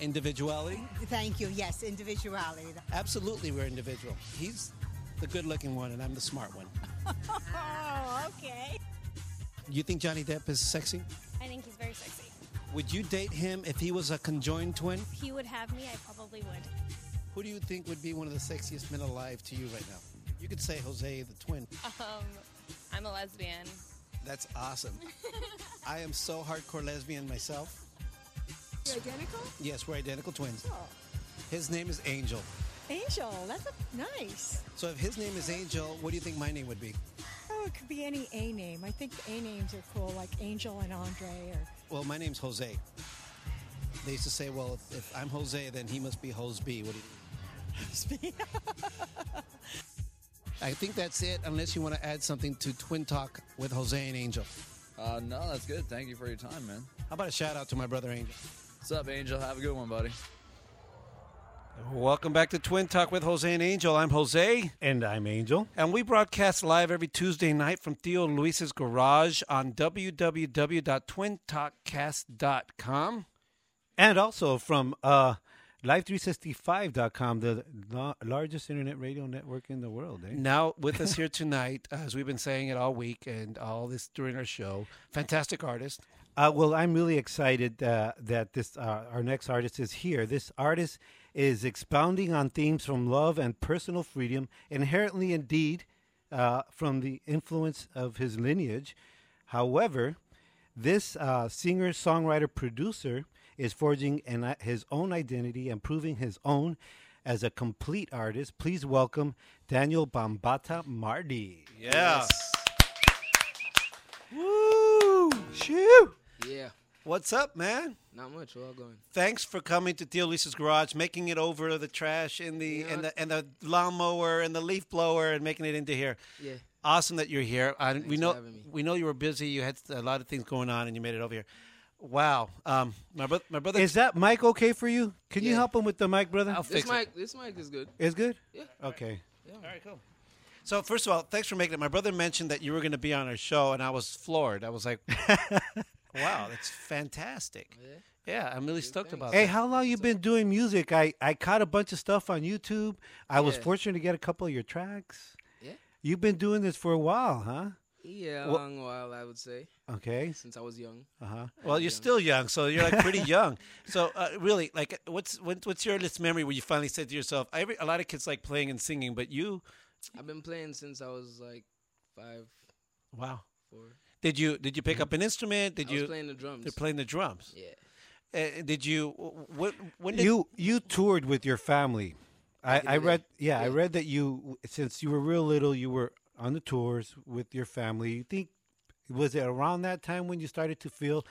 Individuality?
Thank you. Yes, individuality.
Absolutely, we're individual. He's the good-looking one, and I'm the smart one.
oh, okay.
You think Johnny Depp is sexy?
I think he's very sexy.
Would you date him if he was a conjoined twin?
If he would have me, I probably would.
Who do you think would be one of the sexiest men alive to you right now? You could say Jose the twin.
Um, I'm a lesbian.
That's awesome. I am so hardcore lesbian myself.
You're identical?
Yes, we're identical twins.
Oh.
His name is Angel.
Angel, that's a, nice.
So if his name is Angel, what do you think my name would be?
Oh, it could be any A name. I think A names are cool, like Angel and Andre. Or
Well, my name's Jose. They used to say, well, if, if I'm Jose, then he must be Jose B. What do you I think that's it, unless you want to add something to Twin Talk with Jose and Angel.
Uh, no, that's good. Thank you for your time, man.
How about a shout out to my brother Angel?
What's up, Angel? Have a good one, buddy.
Welcome back to Twin Talk with Jose and Angel. I'm Jose.
And I'm Angel.
And we broadcast live every Tuesday night from Theo Luis's garage on www.twintalkcast.com.
And also from uh, live365.com, the la- largest internet radio network in the world. Eh?
Now with us here tonight, uh, as we've been saying it all week and all this during our show, fantastic artist.
Uh, well, I'm really excited uh, that this uh, our next artist is here. This artist is expounding on themes from love and personal freedom, inherently indeed uh, from the influence of his lineage. However, this uh, singer, songwriter, producer is forging an, his own identity and proving his own as a complete artist. Please welcome Daniel Bambata Mardi. Woo! Shoo!
Yeah.
What's up, man?
Not much. Well going.
Thanks for coming to Theo Lisa's garage, making it over the trash and the and the and the lawnmower and the leaf blower and making it into here.
Yeah.
Awesome that you're here. I, we know
having me.
we know you were busy. You had a lot of things going on, and you made it over here. Wow. Um, my brother, my brother
Is that mic okay for you? Can you help him with the mic, brother?
this mic, this mic is good.
Is good?
Yeah.
Okay.
All
right, cool. So first of all, thanks for making it. My brother mentioned that you were going to be on our show, and I was floored. I was like, "Wow, that's fantastic!" Yeah, I'm really stoked about
Hey,
that.
how long you been doing music? I, I caught a bunch of stuff on YouTube. I was
Yeah.
fortunate to get a couple of your tracks.
Yeah.
You've been doing this for a while, huh?
Yeah, uh, a
Wha-
long while I would say.
Okay.
Since I was young.
Uh huh.
Well, you're still young, so you're like pretty young. So uh, really, like, what's what, what's your earliest memory where you finally said to yourself, I, "A lot of kids like playing and singing, but you,
I've been playing since I was like five.
wow,
Four. Mm-hmm.
did you did you pick up an instrument? Did
I
you
was playing the drums.
They're playing the drums.
Yeah.
Uh, did you what when did
you you toured with your family. I, I
did.
read yeah, I read that you since you were real little you were on the tours with your family. You think was it around that time when you started to feel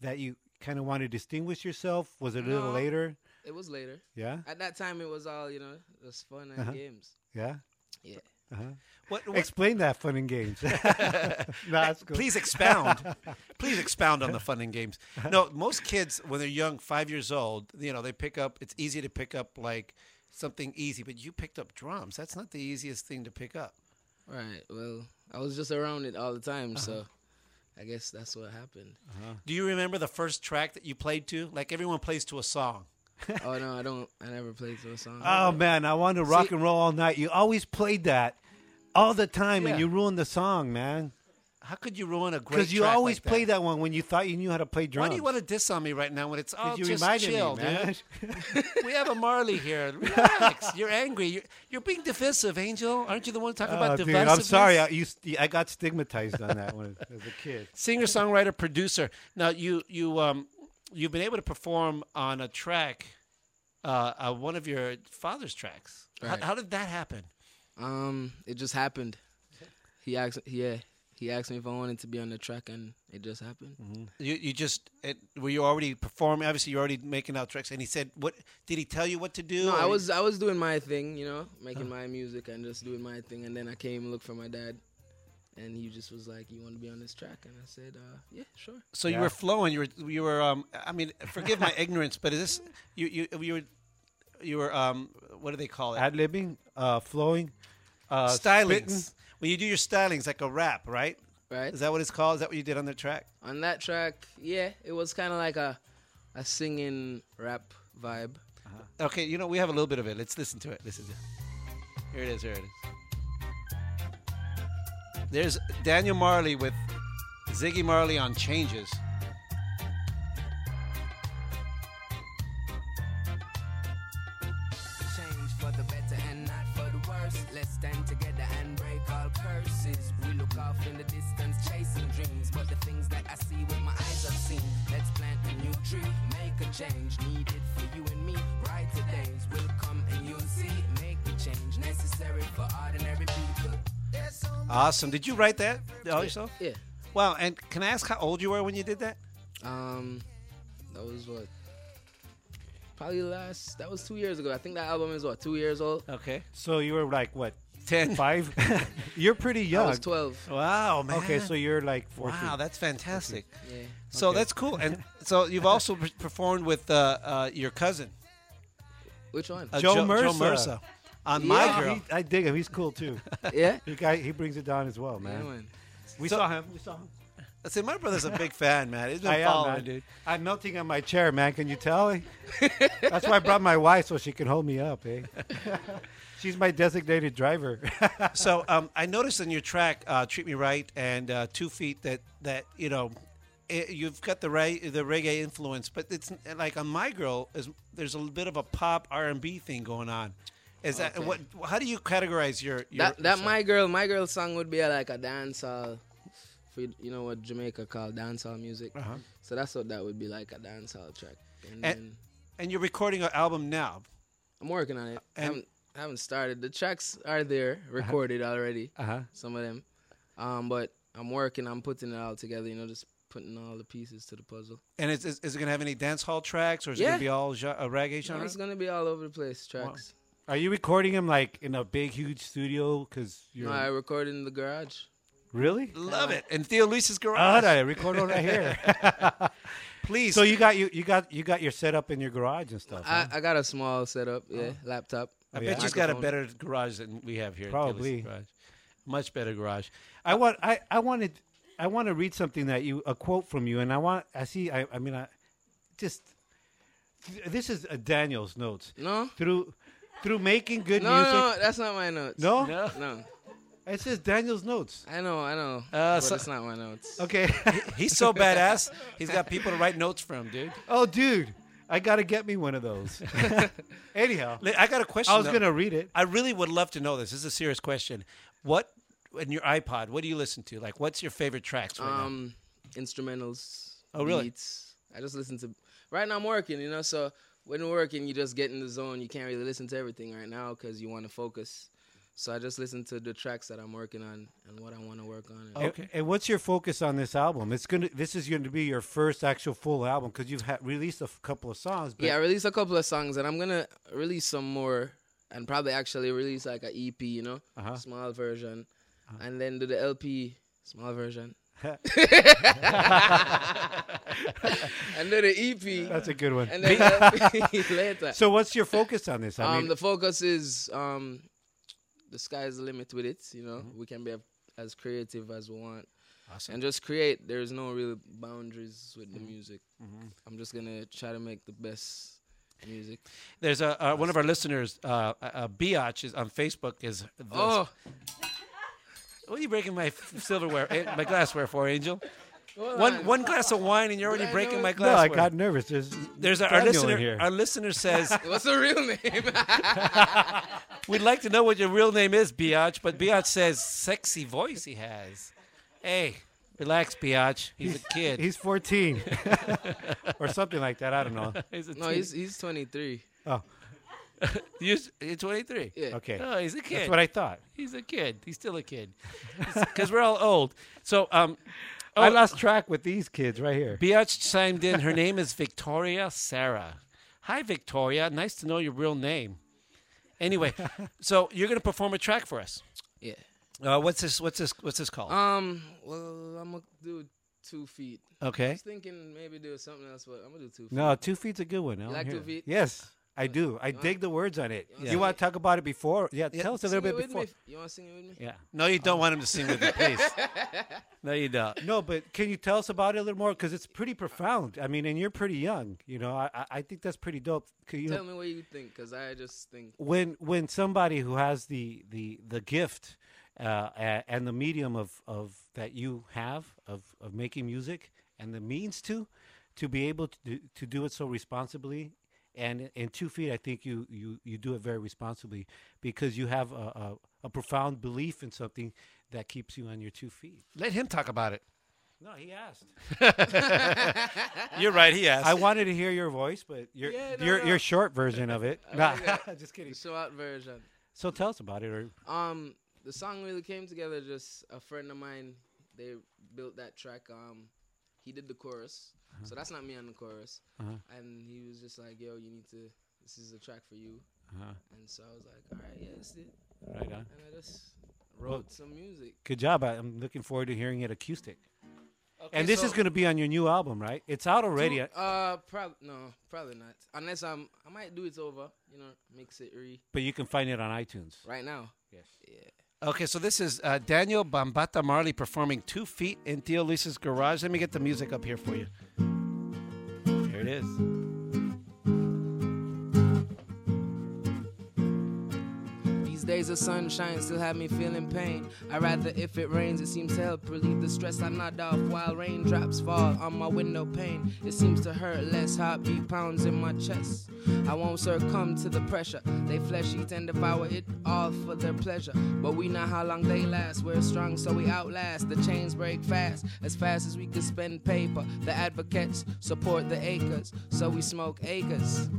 that you kind of want to distinguish yourself? Was it a little
No,
later?
It was later.
Yeah?
At that time, it was all you know, it was fun and
Uh-huh.
games.
Yeah.
Yeah.
Uh-huh.
What- what-
Explain that fun and games. No, that's cool.
Please expound. Please expound on the fun and games. No, most kids when they're young, five years old, you know, they pick up. It's easy to pick up like something easy, but you picked up drums. That's not the easiest thing to pick up.
Right. Well, I was just around it all the time,
Uh-huh.
so I guess that's what happened.
Do you remember the first track that you played to? Like everyone plays to a song.
oh no, I don't. I never played those songs.
Oh man, I wanted to rock and roll all night. You always played that all the time,
Yeah.
and you ruined the song, man.
How could you ruin a great?
Because you
track
always
like
played that one when you thought you knew how to play
Why
drums.
do you want to diss on me right now when it's all
you
just
reminded me,
chill,
man.
dude? we have a Marley here. Relax. You're angry. You're, you're being divisive, Angel. Aren't you the one talking
Oh,
about
dude,
divisiveness?
I'm sorry, I, you, st- I got stigmatized on that one as a kid.
Singer, songwriter, producer. Now you you um you've been able to perform on a track, uh, uh one of your father's tracks.
Right.
How, how did that happen?
Um, it just happened. He asked, yeah, he asked me if I wanted to be on the track, and it just happened.
You you just it, were you already performing? Obviously, you're already making out tracks. And he said, "What did he tell you what to do?"
No, I
or-
was I was doing my thing, you know, making
Huh.
my music and just doing my thing, and then I came and looked for my dad, and he just was like, "You want to be on this track?" And I said, uh, "Yeah, sure."
So you were flowing. You were you were. Um, I mean, forgive my ignorance, but is this you you you were you were um what do they call it?
Ad libbing, uh, flowing, uh,
stylings.
spitting.
When you do your stylings, like a rap, right?
Right.
Is that what it's called? Is that what you did on the track?
On that track, yeah, it was kind of like a a singing rap vibe.
Uh-huh. Okay, you know we have a little bit of it. Let's listen to it. Listen to it. Here it is. Here it is. There's Daniel Marley with Ziggy Marley on Changes.
change for the better and not for the worse. Let's stand together and break all curses. We look off in the distance, chasing dreams, but the things that I see with my eyes I've seen. Let's plant a new tree, make a change needed for you and me. Brighter days will come and you'll see. Make the change necessary for ordinary people. There's so
Awesome. Did you write that all
Yeah,
yourself?
yeah.
Wow. And can I ask how old you were when you did that?
Um, that was what. Probably last. That was two years ago. I think that album is what two years old.
Okay.
So you were like what?
Ten.
Five? you're pretty young.
I was twelve.
Wow, man.
Okay, so you're like 14.
Wow, that's fantastic.
Yeah.
So
Okay.
that's cool. And so you've also per- performed with uh, uh, your cousin.
Which one?
Uh, Joe-
Joe,
Joe
Mercer.
Mercer on My Yeah. Girl.
He- I dig him. He's cool too.
yeah.
He guy he brings it down as well, man.
man.
we
So-
saw him. We saw him.
I say my brother's a big fan, man. He's been
I am,
following,
man.
dude.
I'm melting on my chair, man. Can you tell? That's why I brought my wife so she can hold me up, eh? She's my designated driver.
so um, I noticed in your track, uh, "Treat Me Right" and uh, Two Feet, that that you know, it, you've got the re- the reggae influence, but it's like on My Girl, is there's a little bit of a pop R and B thing going on. Is that
Okay.
what? How do you categorize your, your
that that
so-
my girl my girl song would be like a dancehall, for you know what Jamaica called dancehall music.
Uh-huh.
So that's what that would be like a dancehall track. And,
And,
then
and you're recording an album now.
I'm working on it. I
and-
haven't, I haven't started. The tracks are there, recorded already.
Uh-huh.
Some of them, um, but I'm working. I'm putting it all together. You know, just putting all the pieces to the puzzle.
And is, is, is it going to have any dance hall tracks, or is it going
Yeah.
to be all gen- uh, reggae
No,
genre?
it's gonna be all over the place. Tracks.
Are you recording him like in a big, huge studio? Because you're
No, I record in the garage.
really
Love it. And Theo Luis's
Oh,
garage.
I record over here.
Please. Uh,
So you got you you got you got your setup in your garage and stuff.
I, I got a small setup. Yeah, laptop.
Uh-huh. Oh. I bet you's got a
Microphone.
better garage than we have here. at Theo Luis's
Probably.
garage. much better garage.
I want I, I wanted I want to read something that you a quote from you and I want I see I I mean I just this is uh Daniel's notes.
No.
Through through making good
No,
music.
no, that's not my notes.
No?
no,
No. It says Daniel's notes.
I know, I know.
Uh,
but
so-
it's not my notes.
Okay.
He's so badass. He's got people to write notes from, dude.
oh dude, I got to get me one of those. Anyhow,
Li- I got a question.
I was
though.
going to read it.
I really would love to know this. This is a serious question. What in your iPod? What do you listen to? Like, what's your favorite tracks right now?
Um, instrumentals.
Oh, really?
Beats. I just listen to. Right now I'm working, you know. So when we're working, you just get in the zone. You can't really listen to everything right now because you want to focus. So I just listen to the tracks that I'm working on and what I want to work on.
And- And, what's your focus on this album? It's going to this is going to be your first actual full album cuz you've ha- released a f- couple of songs, but
yeah, I released a couple of songs, and I'm gonna release some more, and probably actually release like an EP, you know,
Uh-huh.
small version, and then do the LP, small version, and do the EP.
That's a good one.
And then LP E later.
So what's your focus on this? I
um,
mean,
the focus is um, the sky's the limit with it. You know,
Mm-hmm.
we can be as creative as we want,
Awesome.
and just create. There's no real boundaries with
Mm-hmm.
the music. I'm just gonna try to make the best music.
There's a uh, one of our listeners, uh, uh, Biatch, is on Facebook. Is the-
Oh.
what are you breaking my f- silverware, eh, my glassware for, Angel?
Hold
One
on.
one glass of wine and you're already
I
breaking
know
my
it-
no,
glassware.
I got nervous. There's
There's our, our
Daniel in
listener.
here.
Our listener says
What's the real name?
We'd like to know what your real name is, Biatch, but Biatch says sexy voice he has. Hey, relax, Biatch. He's, a kid.
He's 14 or something like that. I don't know.
He's a
no,
teen.
he's he's 23.
Oh,
You're, s- you're 23.
Yeah.
okay.
Oh, he's a kid.
That's what I thought.
He's a kid. He's still a kid. Because we're all old. So, um, oh,
I lost track with these kids right here.
Biatch chimed in. Her name is Victoria Sarah. Hi, Victoria. Nice to know your real name. Anyway, so you're going to perform a track for us.
Yeah.
Uh, what's this? What's this? What's this called?
Um. Well, I'm gonna do two feet. I
okay.
was thinking maybe do something else, but I'm gonna do two feet.
No, two feet's a good one. I don't
like
hear
Two
it.
Feet?
Yes, I do. I dig the words on it.
Yeah.
You want to talk about it before? Yeah, tell us a
Sing
little
it
bit
with
before.
me. You wanna sing it with me?
Yeah.
No, you don't want him to sing with you, please. no, you don't.
No, but can you tell us about it a little more? Because it's pretty profound. I mean, and you're pretty young. You know, I I- I think that's pretty dope. Could you
Tell me what you think, cause I just think.
when when somebody who has the the the gift
uh, a- and the medium of, of that you have of, of making music and the means to to be able to do, to do it so responsibly and in two feet i think you, you, you do it very responsibly because you have a, a, a profound belief in something that keeps you on your two feet
Let him talk about it.
no he asked
You're right, he asked.
i wanted to hear your voice but your,
Yeah, no,
your,
no.
your short version of it
I
Nah.
like that.
just kidding.
The show out version.
so tell us about it or
Um, the song really came together. Just a friend of mine, they built that track. Um, he did the chorus, so that's not me on the chorus.
Uh-huh.
And he was just like, "Yo, you need to. This is a track for you."
Uh-huh.
And so I was like, "All right, yeah, that's it."
Right on.
And I just
Well,
wrote some music.
Good job. I- I'm looking forward to hearing it acoustic.
Okay,
and this is
so-
going to be on your new album, right? It's out already.
Two- Uh, prob- no, probably not. Unless I'm, I might do it over. You know, mix it re
But you can find it on iTunes.
right now.
Yes.
Yeah.
Okay, so this is uh, Daniel Bambata Marley performing Two Feet in Theo Luis's garage. Let me get the music up here for you.
Here it is.
These days the sunshine still have me feeling pain. I rather if it rains, it seems to help relieve the stress I nod off while raindrops fall on my window pane. It seems to hurt less, heartbeat pounds in my chest. I won't succumb to the pressure. They flesh eat and devour it all for their pleasure. But we know how long they last. We're strong, so we outlast. The chains break fast, as fast as we can spend paper. The advocates support the acres, so we smoke acres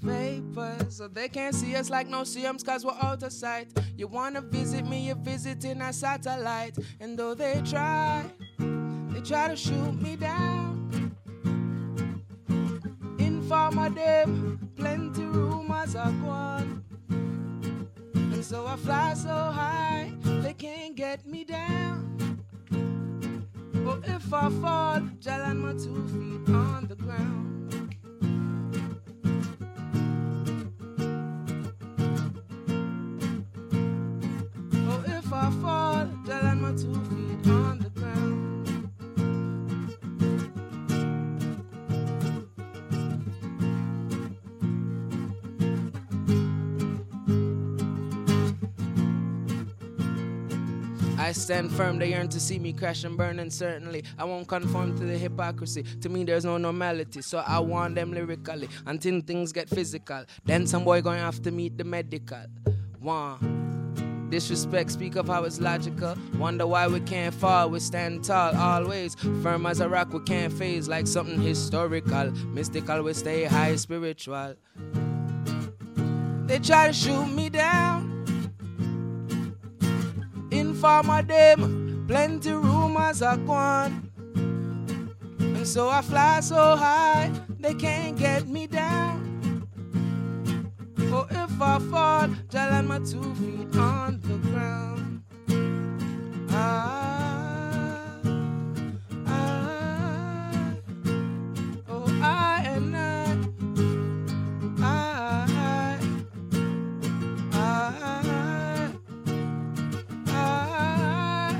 vapor. So they can't see us like no seums, cause we're out of sight. You wanna visit me, you're visiting a satellite. And though they try, they try to shoot me down. Informer them, plenty rumors are gone. And so I fly so high, they can't get me down. Oh, if I fall, I'll land my two feet on the ground. Oh, if I fall, then land my two feet on the ground. I stand firm, they yearn to see me crash and burn, and certainly I won't conform to the hypocrisy. To me, there's no normality, so I warn them lyrically until things get physical. Then some boy gonna have to meet the medical. One. Disrespect, speak of how it's logical. Wonder why we can't fall, we stand tall always. Firm as a rock, we can't phase like something historical. Mystical, we stay high spiritual. They try to shoot me down. Informer them, plenty rumors are gone. And so I fly so high, they can't get me down. Oh, if I fall, I'll land my two feet on the ground. Ah, ah, oh, I and I, ah, I, I, I, ah,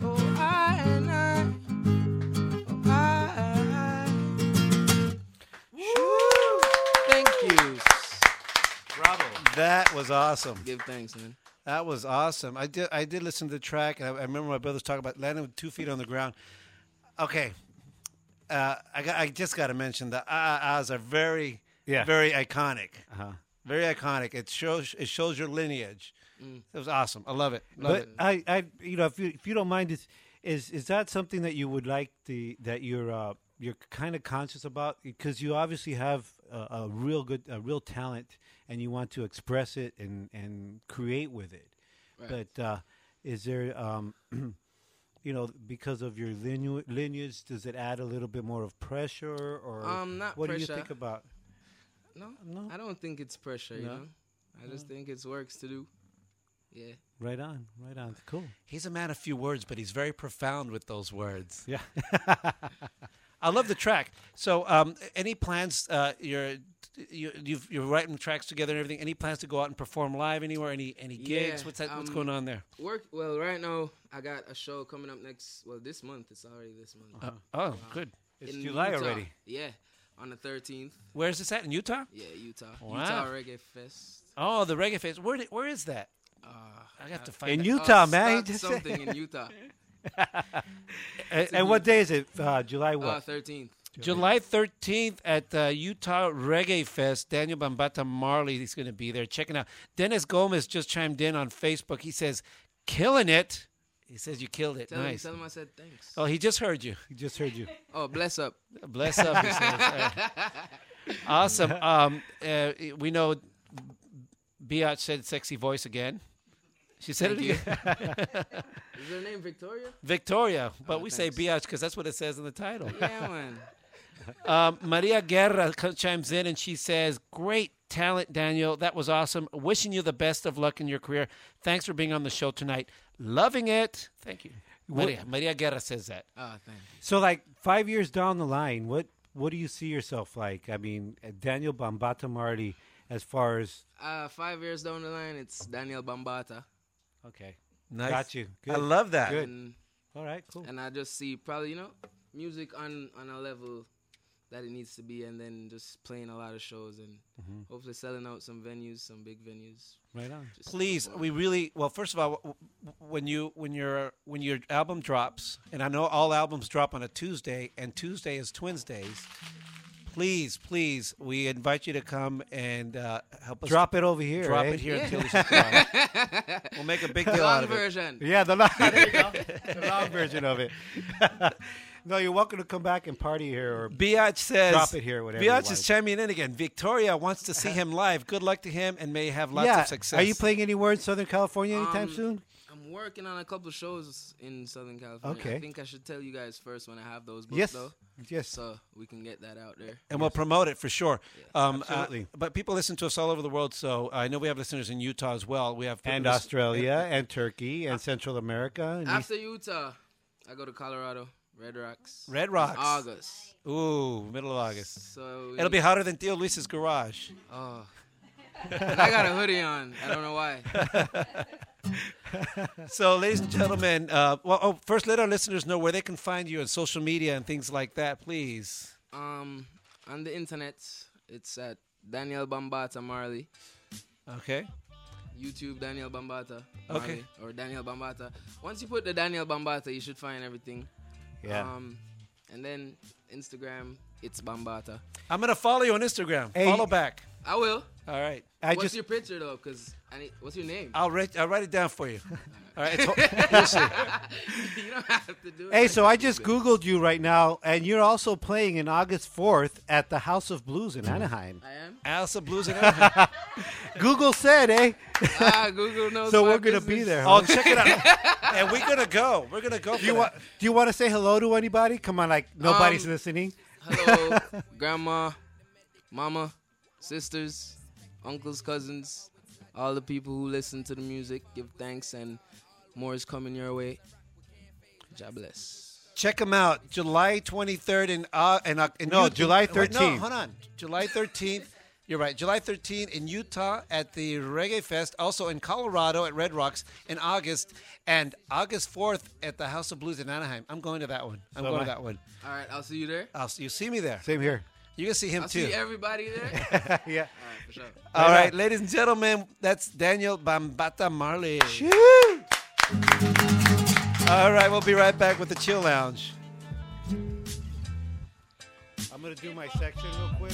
oh, I and I, oh, I. Thank you.
Bravo. That was awesome.
Give thanks, man.
That was awesome. I did. I did listen to the track, and I, I remember my brothers talking about landing with two feet on the ground. Okay, uh, I got, I just got to mention the ah ah ahs are very
Yeah.
very iconic.
Uh-huh.
Very iconic. It shows it shows your lineage.
Mm.
It was awesome. I love it. Love
but
it.
I, I, you know, if you if you don't mind, is is is that something that you would like the that you're uh, you're kind of conscious about because you obviously have a, a real good a real talent and you want to express it and and create with it.
Right.
But uh, is there, um, you know, because of your linu- lineage, does it add a little bit more of pressure or
Um, not
what do
pressure.
you think about?
No, I don't think it's pressure. You
No?
know, I just think it's works to do. Yeah.
Right on, right on. Cool.
He's a man of few words, but he's very profound with those words.
Yeah.
I love the track. So, um, any plans? Uh, you're you, you've, you're writing tracks together and everything. Any plans to go out and perform live anywhere? Any any gigs?
Yeah,
what's that? what's
um,
going on there?
Work well right now. I got a show coming up next. Well, this month. It's already this month. Um,
Uh, oh, good. It's July
Utah.
already.
Yeah, on the thirteenth.
Where's this at in Utah?
Yeah, Utah.
Wow.
Utah Reggae Fest.
Oh, the Reggae Fest. Where di- where is that? Uh,
I have to
uh,
find
In
out.
Utah,
uh,
man, he
stop
just said-
something in Utah.
and, and what day is it? Uh, July what?
Uh, 13th.
July 13th at the Utah Reggae Fest. Daniel Bambata Marley is going to be there. Checking out. Dennis Gomez just chimed in on Facebook. He says, "Killing it." He says, "You killed it."
Tell him-
nice.
tell him I said thanks.
Oh, he just heard you.
He just heard you.
Oh, bless up.
Bless up. he says. awesome. Um, uh, we know Biatch said "sexy voice" again. She said
Thank
it again.
you. Is her name Victoria?
Victoria, but
Oh,
we
thanks.
say Biatch because that's what it says in the title.
Yeah, man.
um, Maria Guerra co- chimes in and she says, Great talent, Daniel. That was awesome. Wishing you the best of luck in your career. Thanks for being on the show tonight. Loving it. Thank you.
What-
Maria, Maria Guerra says that.
Oh, thank
So, like five years down the line, what what do you see yourself like? I mean, uh, Daniel Bambata Marley, as far as
Uh, five years down the line, it's Daniel Bambata.
Okay.
Nice.
got you.
I
Good.
love that.
Good.
And-
All right, cool.
And I just see probably you know music on on a level that it needs to be, and then just playing a lot of shows and
Mhm.
hopefully selling out some venues, some big venues.
Mm-hmm. Right on.
Just
Please, we really well. First of all, w- w- when you when your when your album drops, and I know all albums drop on a Tuesday, and Tuesday is Twins Days. Please, please, we invite you to come and uh, help us
Drop it over here,
Drop
eh?
it here
Yeah.
in Tilly's Supply. we'll make a big deal
Long
out of it.
version.
Yeah, the long, there you go. the long version of it. no, you're welcome to come back and party here or
Biatch says,
drop it here, whatever. you
Biatch
like.
is chiming in again. Victoria wants to see him live. Good luck to him, and may he have lots
Uh-huh. yeah.
of success.
Are you playing anywhere in Southern California anytime
Um,
soon?
I'm working on a couple of shows in Southern California.
Okay.
I think I should tell you guys first when I have those booked,
Yes.
though.
Yes.
So we can get that out there.
and we'll promote it for sure. um, uh,
absolutely.
but people listen to us all over the world, so I know we have listeners in Utah as well. We have
And
listen-
Australia and Turkey and Central America. And East-
After Utah, I go to Colorado, Red Rocks.
Red
in
Rocks.
August.
Ooh, middle of August.
So we-
it'll be hotter than Theo Luis's garage.
Oh. And I got a hoodie on. I don't know why.
so, ladies and gentlemen, uh, well, oh, first let our listeners know where they can find you on social media and things like that, please.
Um, on the internet, it's at Daniel Bambata Marley.
Okay.
YouTube Daniel Bambata.
Okay.
Marley, Or Daniel Bambata. Once you put the Daniel Bambata, you should find everything.
Yeah.
Um, and then Instagram, it's Bambata.
I'm gonna follow you on Instagram. follow back.
I will.
All right.
what's your picture though? Cause I need, what's your name?
I'll write. I'll write it down for you. All right. It's, ho- listen.
you don't have to do it.
Hey, so I just Googled you right now, and you're also playing in August 4th at the House of Blues
Mm-hmm.
in Anaheim.
I am.
House of Blues in
Anaheim. Google said, eh?
Ah, Google knows.
So
my
we're going to be
business.
there.
Oh, check it out. and we're gonna go. We're gonna go.
Do you, want, do you want to say hello to anybody? Come on, like, nobody's
Um,
listening.
Hello, grandma, mama, sisters, uncles, cousins, all the people who listen to the music. Give thanks, and more is coming your way. God bless.
Check them out. July 23rd in uh, and uh, in
No,
Ut-
July
wait, no,
13th.
hold on. July 13th. You're right. July 13th in Utah at the Reggae Fest. Also in Colorado at Red Rocks in August, and August 4th at the House of Blues in Anaheim. I'm going to that one. I'm
So
going
am
to
I.
that one.
All right, I'll see you there.
I'll see, you see me there.
Same here.
You can see him
I'll
too.
see everybody there.
yeah.
All right, for sure.
All right, ladies and gentlemen, that's Daniel Bambata Marley. All right, we'll be right back with the Chill Lounge.
I'm going to do my section real quick.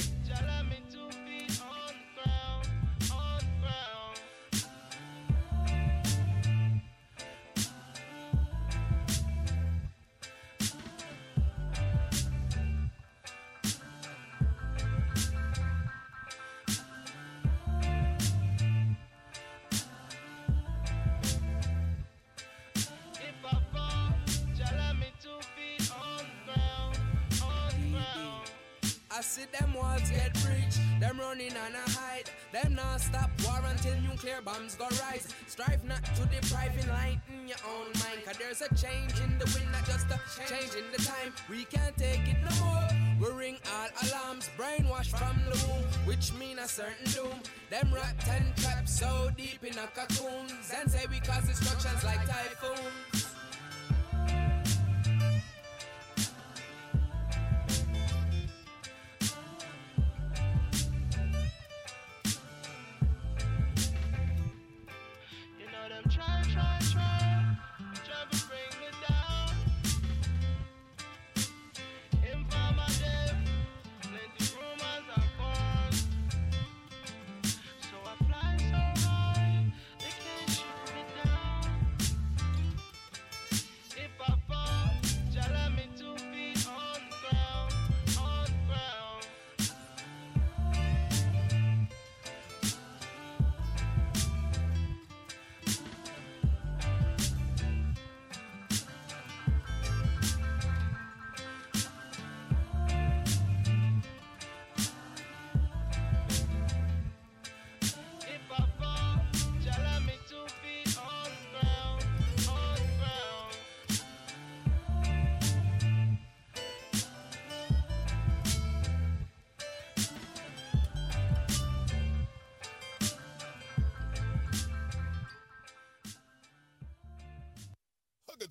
I see them walls get breached, them running on a hide. Them not stop war until nuclear bombs go rise. Strive not to deprive, enlighten your own mind. Cause there's a change in the wind, not just a change in the time. We can't take it no more. We ring all alarms, brainwashed from the womb, which mean a certain doom. Them rotten trapped so deep in a cocoon. And say we cause destructions like typhoons.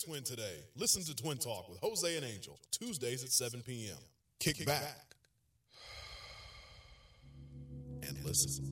twin today. Listen to Twin Talk with Jose and Angel, Tuesdays at 7 p.m. Kick back and listen.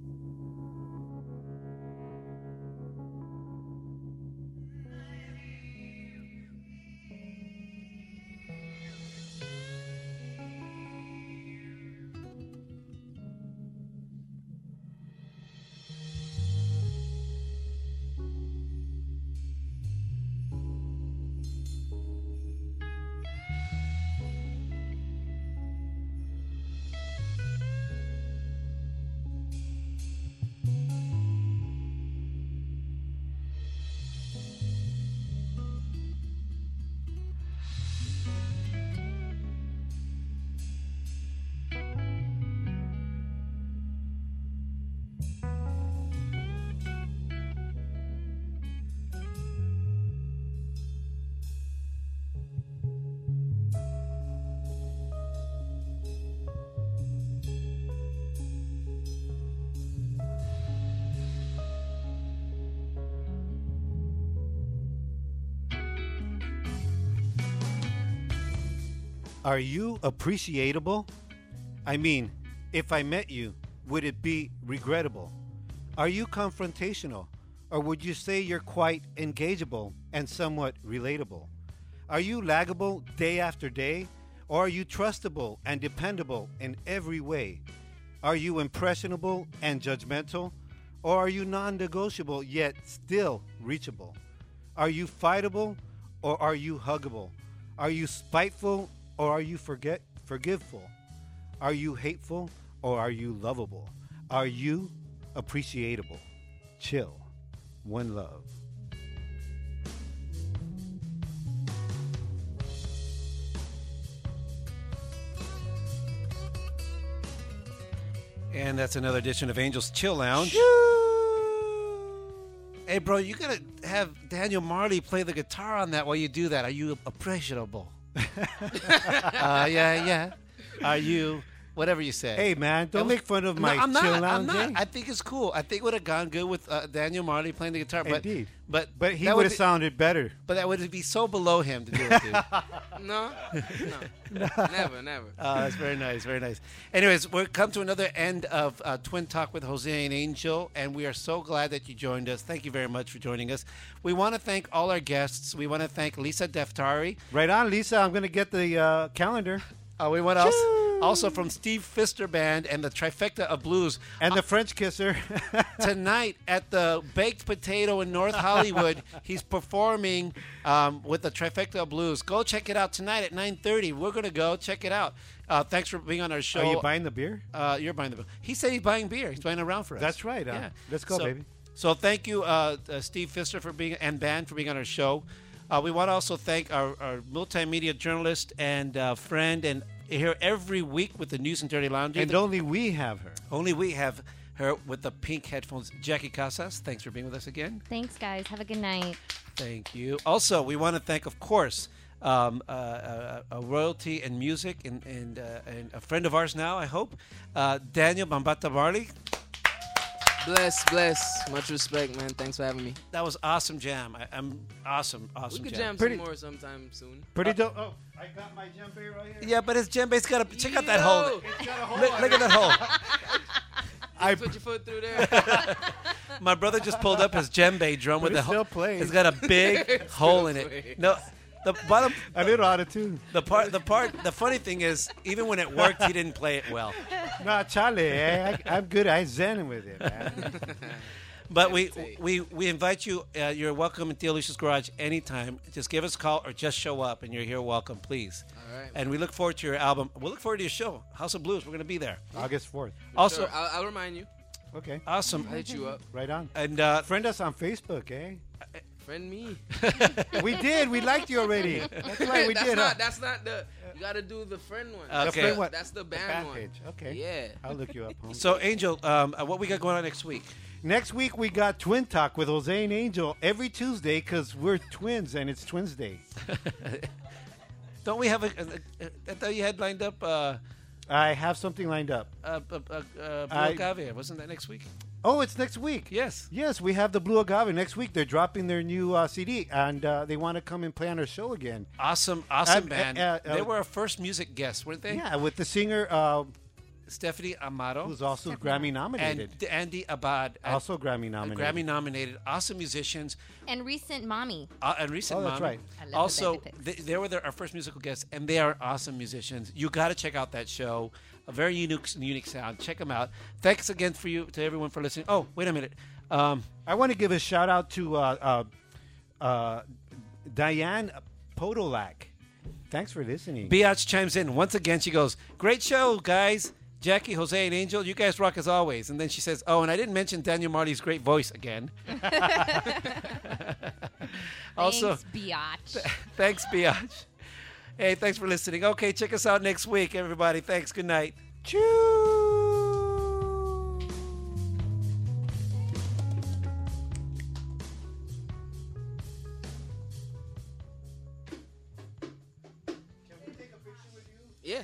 Are you appreciable? I mean, if I met you, would it be regrettable? Are you confrontational? Or would you say you're quite engageable and somewhat relatable? Are you laggable day after day? Or are you trustable and dependable in every way? Are you impressionable and judgmental? Or are you non negotiable yet still reachable? Are you fightable or are you huggable? Are you spiteful or are you forget forgiveful? Are you hateful or are you lovable? Are you appreciable? Chill. One love.
And that's another edition of Angels Chill Lounge. Hey, bro, you gotta have Daniel Marley play the guitar on that while you do that. Are you appreciable? uh, yeah, yeah. Are you whatever you say?
Hey, man, don't
And-
make fun of
No,
my
I'm not,
Chill
I'm
Lounge,
not.
eh?
I think it's cool. I think it would have gone good with uh, Daniel Marley playing the guitar. But,
Indeed.
but
But he
that
would have
be-
sounded better.
But that would be so below him to do it. Dude.
No, no, never, never.
Oh, that's very nice, very nice. Anyways, we're come to another end of uh, Twin Talk with Jose and Angel, and we are so glad that you joined us. Thank you very much for joining us. We want to thank all our guests. We want to thank Lisa Deftari.
Right on, Lisa. I'm gonna get the uh, calendar.
Uh, we want also, also from Steve Fister Band and the Trifecta of Blues Uh,
and the French Kisser
tonight at the Baked Potato in North Hollywood. He's performing um, with the Trifecta of Blues. Go check it out tonight at 9:30. We're gonna go check it out. Uh, thanks for being on our show.
Are you buying the beer?
Uh, you're buying the beer. He said he's buying beer. He's buying a round for us.
That's right, huh? Let's go,
So-
baby.
So thank you, uh, uh, Steve Fister, for being and Band for being on our show. Uh, we want to also thank our, our multimedia journalist and uh, friend, and here every week with the News and Dirty Laundry.
And
The-
only we have her.
only we have her with the pink headphones. Jackie Casas, thanks for being with us again.
Thanks, guys. Have a good night.
Thank you. Also, we want to thank, of course, um, uh, uh, a royalty and music and and, uh, and a friend of ours now. I hope uh, Daniel Bambata Barley.
Bless, bless. Much respect, man. Thanks for having me.
That was awesome jam. I, I'm awesome, awesome.
We could jam
Pretty-
some more sometime soon. Uh,
Pretty dope. Oh, I got my djembe right here.
Yeah, but his djembe's got a check out that hole.
It's got a hole
Look,
on
look at
it.
that hole.
You put your foot through there.
My brother just pulled up his djembe drum
But
with
it
a hole.
still plays.
It's got a big
It
hole
still
in it.
plays.
No, the bottom.
A little out of tune.
The part, the part, the funny thing is, even when it worked, he didn't play it well.
Nah, Charlie, eh, I, I'm good. I zen with it, man.
But we, we we invite you. Uh, you're welcome in Theo Lucia's Garage anytime. Just give us a call or just show up, and you're here. Welcome, please.
All right.
And we look forward to your album. We look forward to your show, House of Blues. We're going to be there.
August 4th.
Also,
Sure, I'll, I'll remind you.
Okay.
Awesome.
I'll hit you up.
Right on.
And uh,
friend us on Facebook, eh?
Friend me.
we did. We liked you already. That's right. We
that's
did.
Not,
huh?
That's not the. You gotta do the friend one.
Okay.
That's
The friend
the-
one.
That's the
The
band one.
package. Okay.
Yeah.
I'll look you up. Homie.
so Angel, um, uh, what we got going on next week?
Next week we got Twin Talk with Jose and Angel every Tuesday because we're twins and it's Twins Day.
Don't we have a? a, a I thought you had lined up. Uh,
I have something lined up.
uh, uh, uh, uh, Blue
I-
Agave. Wasn't that next week?
Oh, it's next week.
Yes.
Yes, we have the Blue Agave next week. They're dropping their new uh, CD, and uh, they want to come and play on our show again.
Awesome, awesome
Um,
band.
uh, uh,
they were our first music guest, weren't they?
Yeah, with the singer uh,
Stephanie Amaro,
who's also Grammy nominated.
and D- Andy Abad, uh,
also Grammy
uh,
nominated.
Grammy nominated. Awesome musicians.
And recent mommy.
Uh, and recent
Oh, that's
mom.
right.
I love the
also,
band depicts.
they, they were their, our first musical guests, and they are awesome musicians. You got to check out that show. A very unique, unique sound. Check them out. Thanks again for you to everyone for listening. Oh, wait a minute. Um,
I want to give a shout out to uh, uh, uh, Diane Podolak. Thanks for listening.
Biatch chimes in once again. She goes, "Great show, guys. Jackie, Jose, and Angel, you guys rock as always." And then she says, "Oh, and I didn't mention Daniel Marley's great voice again." also,
Thanks, biatch.
thanks, Biatch. Hey, thanks for listening. Okay, check us out next week, everybody. Thanks. Good night.
Yeah.